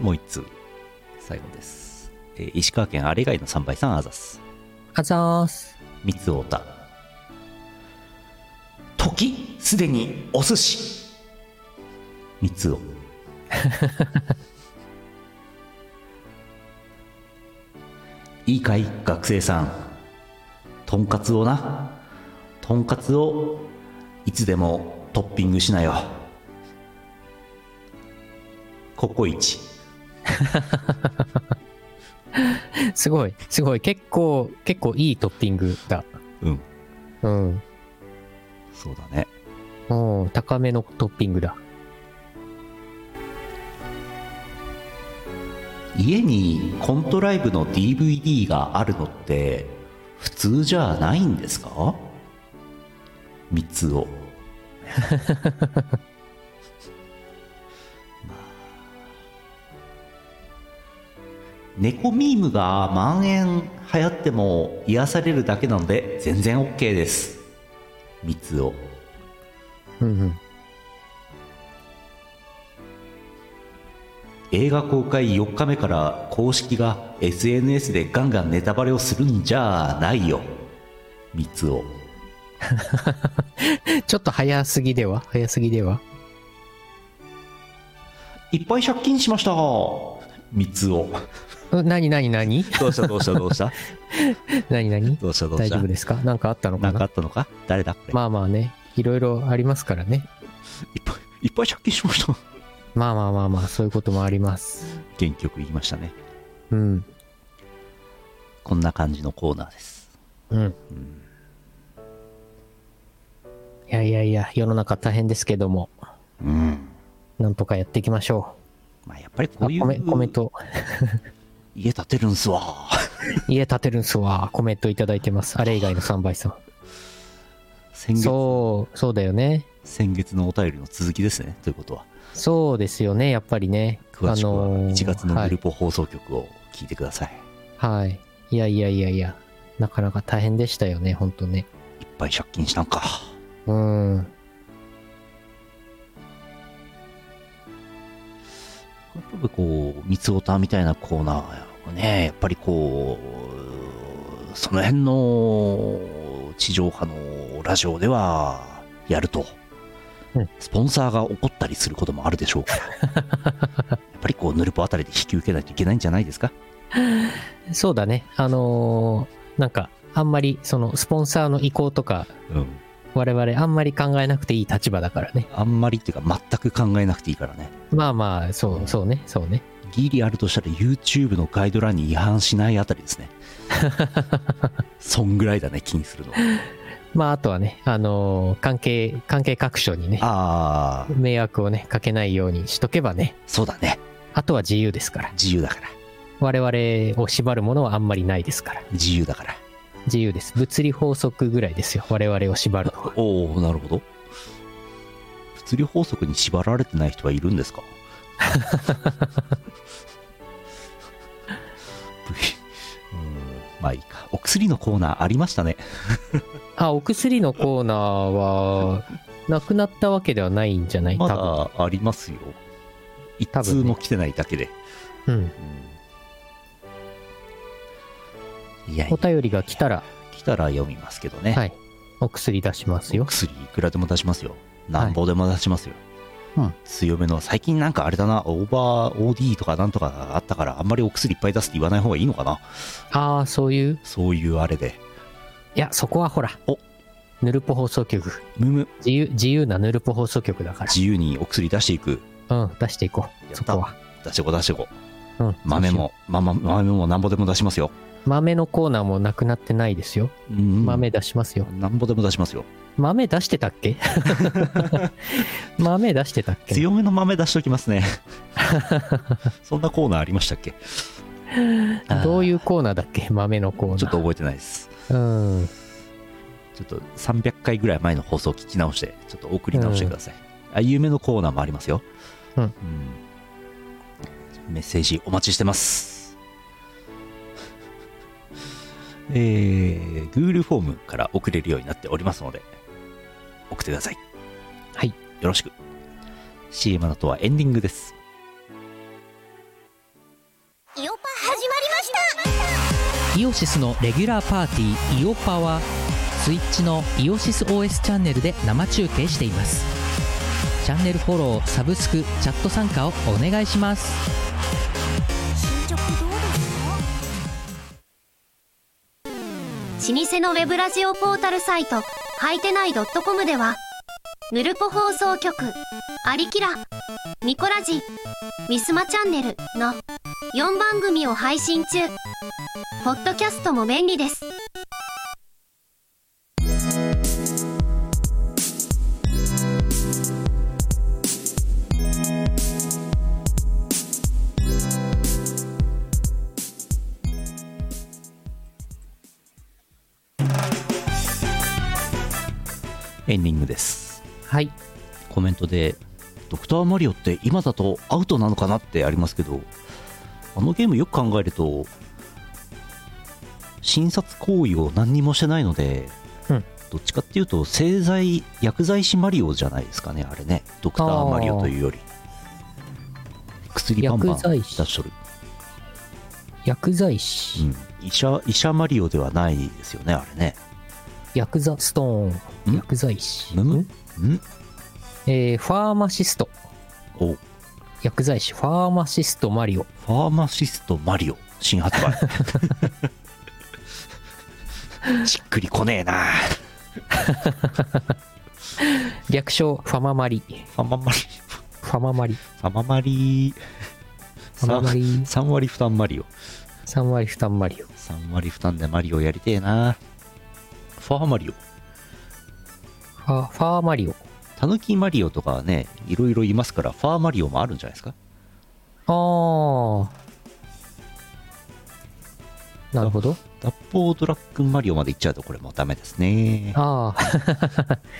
S1: もう一通最後です、えー石川県あれ以外の3倍さんあざっす
S2: あざーす。
S1: 三つ太田時すでにお寿司三つをいいかい学生さんとんかつをなとんかつをいつでもトッピングしなよココイチ
S2: すごい、すごい。結構、結構いいトッピングだ。
S1: うん
S2: うん。
S1: そうだね
S2: おー高めのトッピングだ。
S1: 家にコントライブの DVD があるのって普通じゃないんですか三つを まあ猫ミームが蔓延流行っても癒されるだけなので全然 OK です三つを
S2: うんうん。
S1: 映画公開4日目から公式が SNS でガンガンネタバレをするんじゃないよ三つを
S2: ちょっと早すぎでは早すぎではい
S1: っぱい借金しました三つを
S2: うん何何何
S1: どうしたどうしたどうした
S2: 何何
S1: どうしたどう
S2: 大
S1: し
S2: 丈
S1: た
S2: 夫ですかなんかあった の
S1: な
S2: か
S1: んかあっ
S2: な
S1: たのか誰だこれ、
S2: まあまあね、いろいろありますからね。
S1: いっぱいいっぱい借金しました
S2: まあまあまあまあ、そういうこともあります。
S1: 元気よく言いましたね
S2: うん。
S1: こんな感じのコーナーです
S2: うん。いやいやいや、世の中大変ですけども、
S1: うん
S2: なんとかやっていきましょ
S1: まあやっぱり
S2: う。
S1: こ
S2: あ
S1: うい
S2: コメコメン
S1: う
S2: ト、
S1: 家建てるんすわ
S2: 家建てるんすわ。コメントいただいてます。あれ以外の3倍さん。
S1: 先月
S2: そう、そうだよね。
S1: 先月のお便りの続きですねということは
S2: そうですよね、やっぱりね。
S1: 詳しくは
S2: ー
S1: 1月の
S2: は
S1: グ
S2: い
S1: ループ放送局を聞いてください、
S2: はい。いやいやいやいや、なかなか大変でしたよね、ほんとね。
S1: いっぱい借金したんか
S2: うん。
S1: やっぱりこう、三つおたみたいなコーナーはね、やっぱりこう、その辺の地上波のラジオではやると
S2: うん、
S1: スポンサーが怒ったりすることもあるでしょう から、やっぱりこう、ヌルポあたりで引き受けないといけないんじゃないですか。
S2: そうだね。あのーなんか、あんまり、その、スポンサーの意向とか、
S1: うん。
S2: 我々あんまり考えなくていい立場だからね。
S1: あんまりっていうか、全く考えなくていいからね。
S2: まあまあ、そう、そうね、そうね。
S1: ギリあるとしたら YouTube のガイドラインに違反しないあたりです ね。そんぐらいだね、気にするのは。
S2: まあ、あとはね、あのー関係、関係各所にね、
S1: ああ、
S2: 迷惑をね、かけないようにしとけばね、
S1: そうだね。
S2: あとは自由ですから。
S1: 自由だから。
S2: 我々を縛るものはあんまりないですから。
S1: 自由だから。
S2: 自由です。物理法則ぐらいですよ。我々を縛るのは。
S1: おおなるほど物理法則に縛られてない人はいるん ですかぶいうんまあいいかお薬のコーナーありましたね
S2: あ、お薬のコーナーは、なくなったわけではないんじゃない
S1: ま
S2: 多分。
S1: だありますよ一
S2: 多
S1: 通
S2: 分ね
S1: も来てないだけで、
S2: うん。
S1: いやい
S2: お
S1: や
S2: 便りが来たら、
S1: 来たら読みますけどね、
S2: はい。お薬出します
S1: お
S2: よ。
S1: 薬いくらでも出しますよなんぼでも出しますよ、
S2: うん
S1: 強めの最近なんかあれだなオーバー OD とかなんとかがあったからあんまりお薬いっぱい出すって言わない方がいいのかな
S2: ああ、そういう。
S1: そういうあれで
S2: いや、そこはほら。
S1: お
S2: ヌルポ放送局。
S1: むむ
S2: 自由、自由なヌルポ放送局だか
S1: 自由にお薬出していく
S2: ら。うん、出していこ
S1: やった
S2: う。そこは。
S1: 出してこ出してこ
S2: うん。
S1: 豆。も、ま、ま豆もなんぼでも出しますよ、
S2: 豆のコーナーもなくなってないですよ。
S1: うん
S2: 豆出しますよ。
S1: なんぼでも出しますよ
S2: 豆出してたっ け豆出してたっけ
S1: 強めの豆出しときます ねそんなコーナーありましたっけ
S2: どういううコーナーだっけ豆のコーナー。
S1: ちょっと覚えてないです
S2: うん。
S1: ちょっと300回ぐらい前の放送を聞き直して、ちょっと送り直してください。あ、夢のコーナーもありますよ。
S2: うん
S1: メッセージお待ちしてます。 えー、Google フォームから送れるようになっておりますので、送ってください。
S2: はい
S1: よろしく。CM の後はエンディングです。
S5: イオパ始まりました
S6: イオシスのレギュラーパーティー「イオパは」スイッチのイオシス OS チャンネルで生中継していますチャンネルフォローサブスクチャット参加をお願いします
S5: 進捗どうですか老舗のウェブラジオポータルサイトはいてない .com ではぬるぽ放送局「アリキラ」「ミコラジ」「ミスマチャンネル」の4番組を配信中ポッドキャストも便利です
S1: エンディングです。
S2: はい。
S1: コメントで、ドクターマリオって今だとアウトなのかなってありますけど、あのゲームよく考えると、診察行為を何にもしてないので、
S2: うん
S1: どっちかっていうと、製剤、薬剤師マリオじゃないですかね、あれね、ドクターマリオというより。薬パンパン
S2: 薬剤
S1: 出
S2: 師
S1: しとる、
S2: 薬剤師、
S1: うん医者。医者マリオではないですよね、あれね。
S2: 薬剤ストーン、
S1: ん
S2: 薬剤師、
S1: むむん
S2: えーファーマシスト、
S1: おフ
S2: 薬剤師、ファーマシストマリオ、
S1: ァーマシストマリオ、新発 売。しっくりこねえな。
S2: 略称、ファママリ、
S1: ファママリ、
S2: ファママリ、
S1: ファママリ、
S2: ファママリ、
S1: 3割負担マリオ。
S2: 3割負担マリオ、
S1: 3割負担でマリオやりてえな。ファーマリオ。
S2: ファファーマリオ。
S1: タヌキマリオとかはね、いろいろいますから、ファーマリオもあるんじゃないですか
S2: あー。なるほど。
S1: 脱法ドラッグンマリオまで行っちゃうとこれもうダメですね。
S2: あー。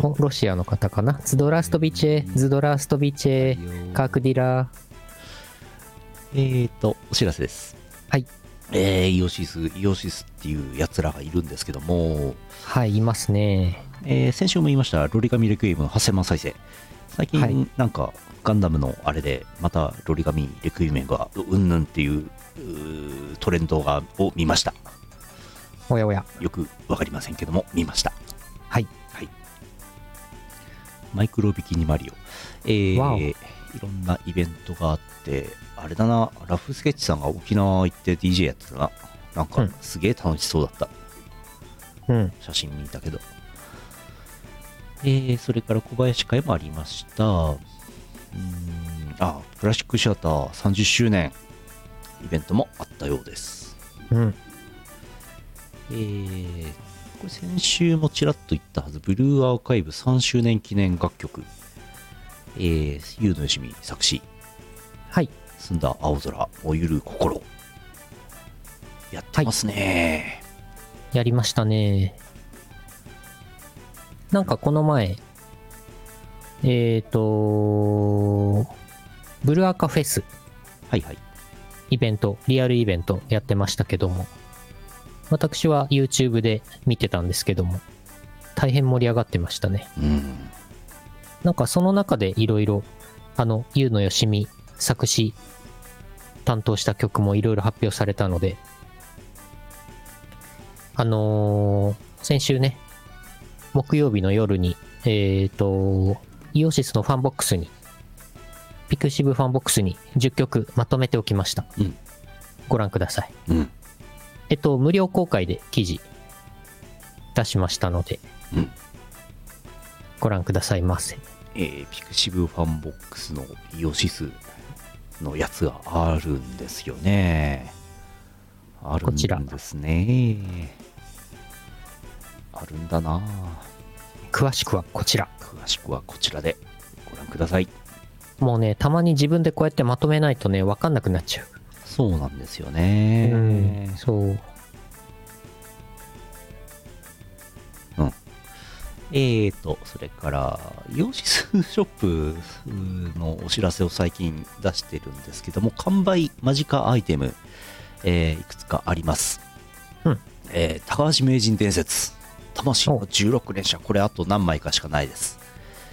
S2: おロシアの方かな。ズドラストビチェ、ズドラストビチェ、カークディラ
S1: えーと、お知らせです。
S2: はい。
S1: えー、イオシス、イオシスっていう奴らがいるんですけども、
S2: ー。はい、いますね。
S1: えー先週も言いましたロリガミレクイエムの8000万再生最近、
S2: はい
S1: なんかガンダムのあれでまたロリガミレクイエムがうんぬんっていううートレンドがを見ました
S2: おやおや。
S1: よくわかりませんけども見ました
S2: はい、
S1: はい、マイクロビキニマリオえ
S2: わお
S1: ー、いろんなイベントがあってあれだなラフスケッチさんが沖縄行って DJ やってたななん
S2: う
S1: か
S2: ん
S1: すげえ楽しそうだった、
S2: うん。
S1: 写真見たけど、えーそれから小林会もありましたうーんあプラスチックシアター30周年イベントもあったようです
S2: うん。
S1: えーこれ先週もちらっと言ったはずブルーアーカイブ3周年記念楽曲えー、ゆうのよしみ作詞
S2: はい。
S1: 澄んだ青空燃ゆる心やってますね、
S2: やりましたね。なんかこの前、えっ、と、ブルアカフェス
S1: はい、はい
S2: イベント、リアルイベントやってましたけども、私は YouTube で見てたんですけども、大変盛り上がってましたね。
S1: うん
S2: なんかその中でいろいろあの、ゆうのよしみ作詞担当した曲もいろいろ発表されたので、あのー先週ね、木曜日の夜に、えっ、と、イオシスのファンボックスに、ピクシブファンボックスに10曲まとめておきました。
S1: うん
S2: ご覧ください。
S1: うん
S2: えっと、無料公開で記事出しましたので、
S1: うん
S2: ご覧くださいませ。
S1: えーピクシブファンボックスのイオシスのやつがあるんですよね。ある
S2: こちら
S1: んですね。あるんだな。
S2: 詳しくはこちら。
S1: 詳しくはこちらでご覧ください。
S2: もうね、たまに自分でこうやってまとめないとね、わかんなくなっちゃう。
S1: そうなんですよね。
S2: そう。
S1: えーと、それから、イオシスショップのお知らせを最近出してるんですけども、完売間近アイテム、えーいくつかあります。
S2: うん
S1: えー高橋名人伝説、魂の16連射、これあと何枚かしかないです。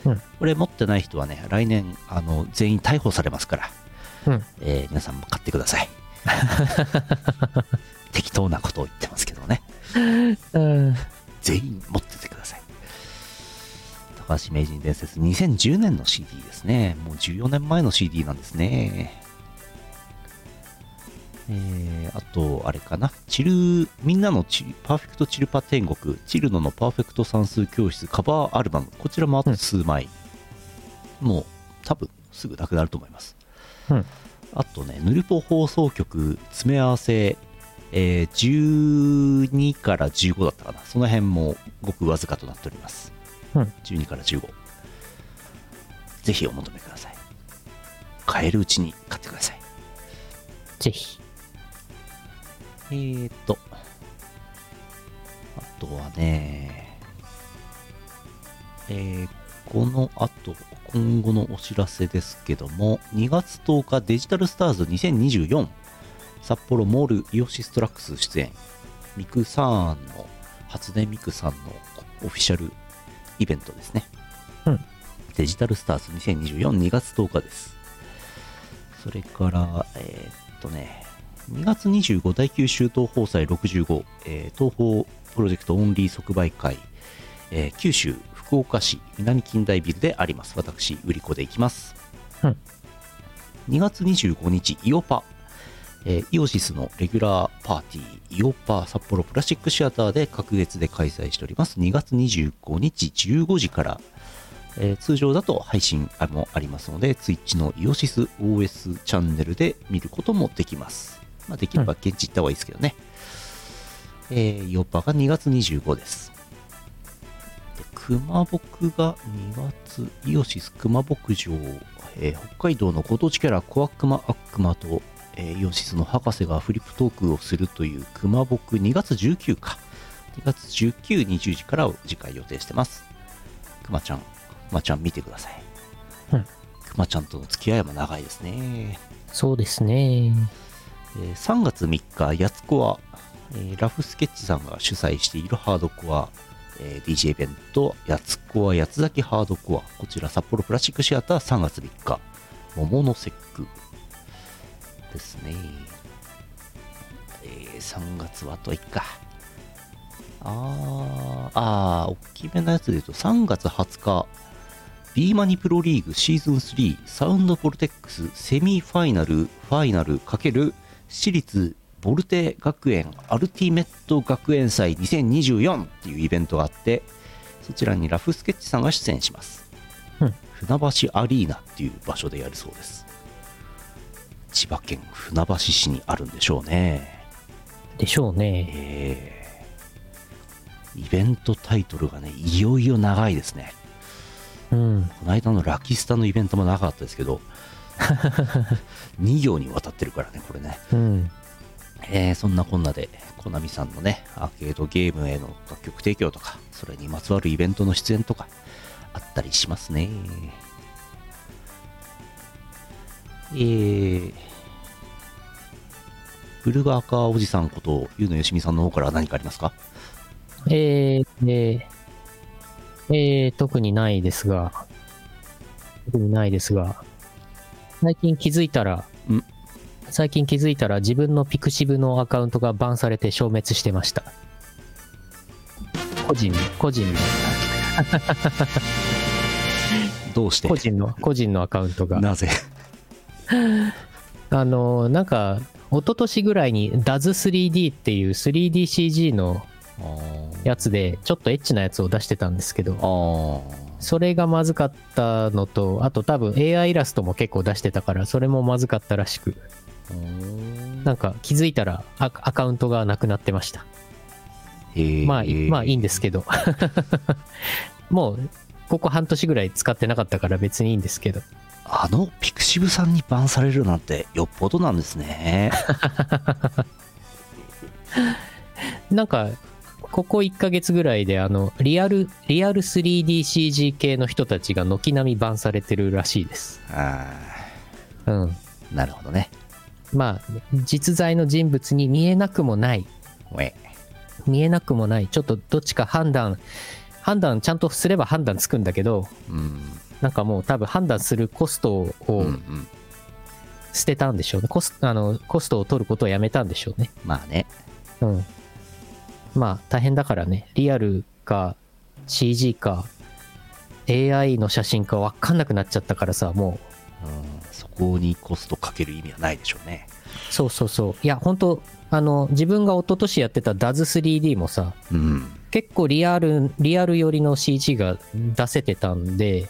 S2: うん
S1: これ持ってない人はね、来年、あの、全員逮捕されますから、
S2: うん
S1: えー皆さんも買ってくだ さい。適当なことを言ってますけどね。
S2: うん。
S1: 全員持っててください高橋名人伝説2010年の CD ですねもう14年前の CD なんですねえーあとあれかなチルみんなのチルパーフェクトチルパ天国チルノのパーフェクト算数教室カバーアルバムこちらもあと数枚、もう多分すぐなくなると思います、
S2: うん
S1: あとねヌルポ放送局詰め合わせえー12から15だったかなその辺もごくわずかとなっております、
S2: うん
S1: 12から15ぜひお求めください買えるうちに買ってください
S2: ぜひ。
S1: えーっとあとはねえーこの後今後のお知らせですけども2月10日デジタルスターズ2024札幌モールイオシストラックス出演ミクさんの初音ミクさんのオフィシャルイベントですね、
S2: うん
S1: デジタルスターズ20242月10日ですそれからえーっとね2月25第9周東宝祭65、えー東宝プロジェクトオンリー即売会、えー九州福岡市南近代ビルであります私売り子で行きます、
S2: うん
S1: 2月25日イオパえーイオシスのレギュラーパーティー、イオパー札幌プラスチックシアターで各月で開催しております。2月25日15時から、えー通常だと配信もありますので、Twitch のイオシス OS チャンネルで見ることもできます。まあ、できれば現地行った方がいいですけどね。えーイオパーが2月25です。で熊牧が2月、イオシス熊牧場、えー北海道のご当地キャラ、コアクマアックマとえーイオシスの博士がフリップトークをするという熊僕2月19か2月19、20時からを次回予定してます熊ちゃん熊ちゃん見てください
S2: うん
S1: 熊ちゃんとの付き合いも長いですね、
S2: そうですね。
S1: えー3月3日やつこは、えーラフスケッチさんが主催しているハードコア、えー DJ イベントやつこはやつ崎ハードコアこちら札幌プラスチックシアター3月3日桃の節句ですね。えー3月はあと1か。あー、あー、大きめなやつで言うと、3月20日、B マニプロリーグシーズン3サウンドボルテックスセミファイナル、ファイナル×私立ボルテ学園アルティメット学園祭2024っていうイベントがあって、そちらにラフスケッチさんが出演します。
S2: うん
S1: 船橋アリーナっていう場所でやるそうです。千葉県船橋市にあるんでしょうね
S2: でしょうね。
S1: ええイベントタイトルがねいよいよ長いですね
S2: うん。
S1: この間のラキスタのイベントも長かったですけ ど2行にわたってるからねこれね、
S2: うん。
S1: えーそんなこんなでコナミさんのねアーケードゲームへの楽曲提供とかそれにまつわるイベントの出演とかあったりしますねえーブルガーカーおじさんこと、ゆうのよしみさんの方から何かありますか
S2: えー、えーえー特にないですが、特にないですが、最近気づいたら
S1: ん、
S2: 最近気づいたら自分のピクシブのアカウントがバンされて消滅してました。個人、個人の、
S1: どうして
S2: 個人の、個人のアカウントが。
S1: なぜ
S2: あの、なんか、一昨年ぐらいに DAZ3D っていう 3DCG の
S1: あー
S2: やつで、ちょっとエッチなやつを出してたんですけど、
S1: あー
S2: それがまずかったのと、あと多分 AI イラストも結構出してたから、それもまずかったらしく、なんか気づいたらアアカウントがなくなってました。
S1: へえ
S2: まあ、いまあいいんですけど。 もう、ここ半年ぐらい使ってなかったから別にいいんですけど。
S1: あのピクシブさんにバンされるなんてよっぽどなんですね
S2: なんか、ここ1ヶ月ぐらいで、あの、リアル、リアル 3DCG 系の人たちが軒並みバンされてるらしいです。
S1: あ
S2: うん。
S1: ーなるほどね
S2: まあ、実在の人物に見えなくもない
S1: おえ
S2: 見えなくもないちょっとどっちか判断判断ちゃんとすれば判断つくんだけど
S1: うん
S2: なんかもう多分判断するコスト
S1: うんう
S2: を
S1: ん
S2: 捨てたんでしょうね、コスあのコストを取ることをやめたんでしょうね
S1: まあね
S2: うんまあ大変だからねリアルか CG か AI の写真か分かんなくなっちゃったからさもう
S1: うんそこにコストかける意味はないでしょうね
S2: そうそうそういや本当あの自分が一昨年やってた DAZ3D もさ
S1: うん
S2: 結構リアル、リアル寄りの CG が出せてたんで、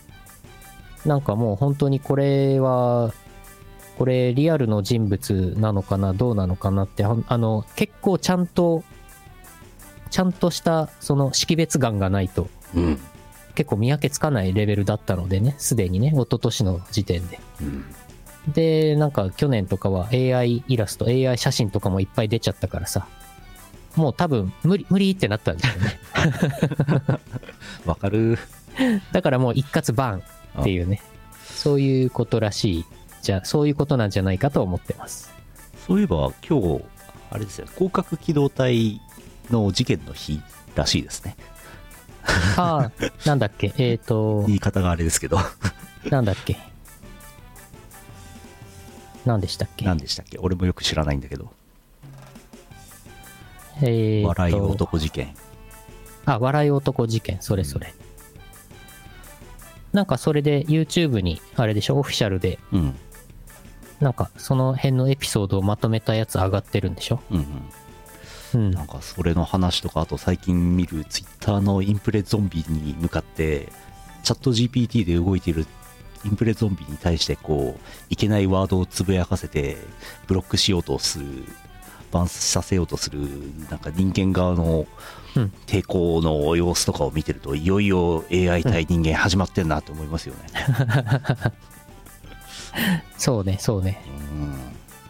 S2: なんかもう本当にこれは、これリアルの人物なのかな、どうなのかなって、ああの、結構ちゃんと、ちゃんとしたその識別眼がないと、
S1: うん
S2: 結構見分けつかないレベルだったのでね、すでにね、一昨年の時点で。
S1: うん
S2: で、なんか去年とかは AI イラスト、AI 写真とかもいっぱい出ちゃったからさ、もう多分無理、無理ってなったんだよね。
S1: わかる
S2: だからもう一括バンっていうね、そういうことらしい、じゃあ、そういうことなんじゃないかと思ってます。
S1: そういえば今日あれですよ広角機動隊の事件の日らしいですね
S2: ああ、なんだっけ、えっ、ー、と、
S1: 言い方があれですけど
S2: なんだっけ。なんでしたっけ
S1: 何でしたっけ俺もよく知らないんだけど
S2: えーと
S1: 笑い男事件
S2: あ、笑い男事件、それそれ。なんかそれで YouTube に、あれでしょ、オフィシャルで、
S1: うん
S2: なんかその辺のエピソードをまとめたやつ上がってるんでしょ
S1: うんうん
S2: うん
S1: な。んかそれの話とかあと最近見るツイッターのインプレゾンビに向かってチャット GPT で動いているインプレゾンビに対してこういけないワードをつぶやかせてブロックしようとするバンスさせようとするなんか人間側の
S2: うん
S1: 抵抗の様子とかを見てるといよいよ AI 対人間始まってんなと思いますよね。
S2: そうね、そうね。
S1: うん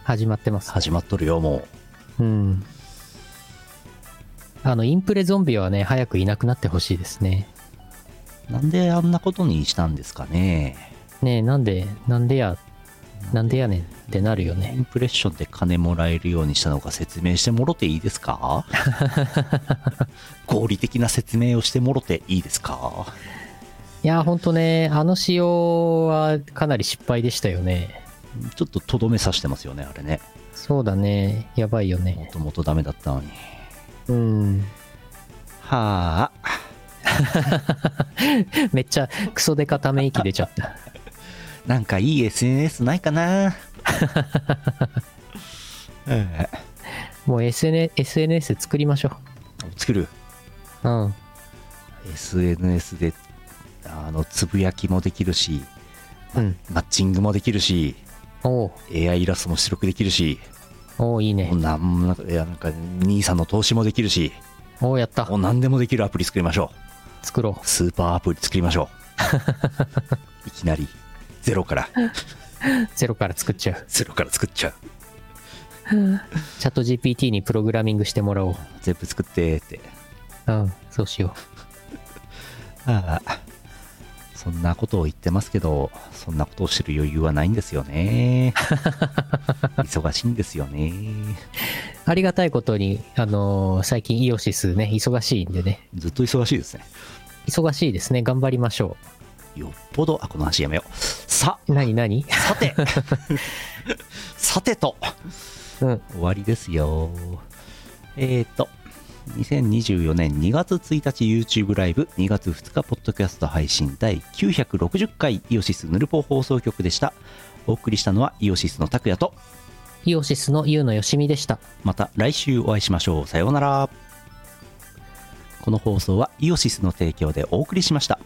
S2: 始まってます。
S1: 始まっとるよも
S2: うん。あの、インプレゾンビはね、早くいなくなってほしいですね。
S1: う。なんであんなことにしたんですかね。
S2: ねえ、なんで、なんでや、なんでやねんってなるよ
S1: イ
S2: ね。
S1: ンプレッションで金もらえるようにしたのか説明してもろていいです か合理的な説明をしてもろていいですか
S2: いやー、ほんとね、あの仕様はかなり失敗でしたよね。
S1: ちょっととどめさしてますよねあれね
S2: そうだね、やばいよ
S1: も
S2: ね。
S1: ともとダメだったのに
S2: うん。
S1: はあ
S2: めっちゃクソデカため息出ちゃった。
S1: なんかいい SNS ないか なええ
S2: もう SN SNS 作りましょ
S1: 作る
S2: う。うん。
S1: SNS であのつぶやきもできるし
S2: うん。
S1: マッチングもできるし
S2: おう、
S1: AI イラストも出力できるし
S2: おう、いいね
S1: もう。なんもなんかいやなんか兄さんの投資もできるし
S2: おう、やった
S1: も。う何でもできるアプリ作りましょ
S2: 作ろ
S1: うスーパーアプリ作りましょういきなりゼロから
S2: う。ゼロから作っちゃう。
S1: ゼロから作っちゃう
S2: チャット GPT にプログラミングしてもらおう。
S1: 全部作ってって
S2: うん、そうしよう。
S1: ああそんなことを言ってますけどそんなことをしてる余裕はないんですよ ね忙しいんですよね
S2: ありがたいことに、あのー最近イオシスね、忙しいんでね、
S1: ずっと忙しいですね
S2: 忙しいですね、頑張りましょ
S1: よっぽどあこの話やめようさ
S2: 何 何
S1: さてさてと
S2: うん。
S1: 終わりですよえっ、ー、と2024年2月1日 YouTube ライブ2月2日ポッドキャスト配信第960回イオシスヌルポ放送局でしたお送りしたのはイオシスの拓也と
S6: イオシスの優のよしみでした
S1: また来週お会いしましょうさようならこの放送はイオシスの提供でお送りしました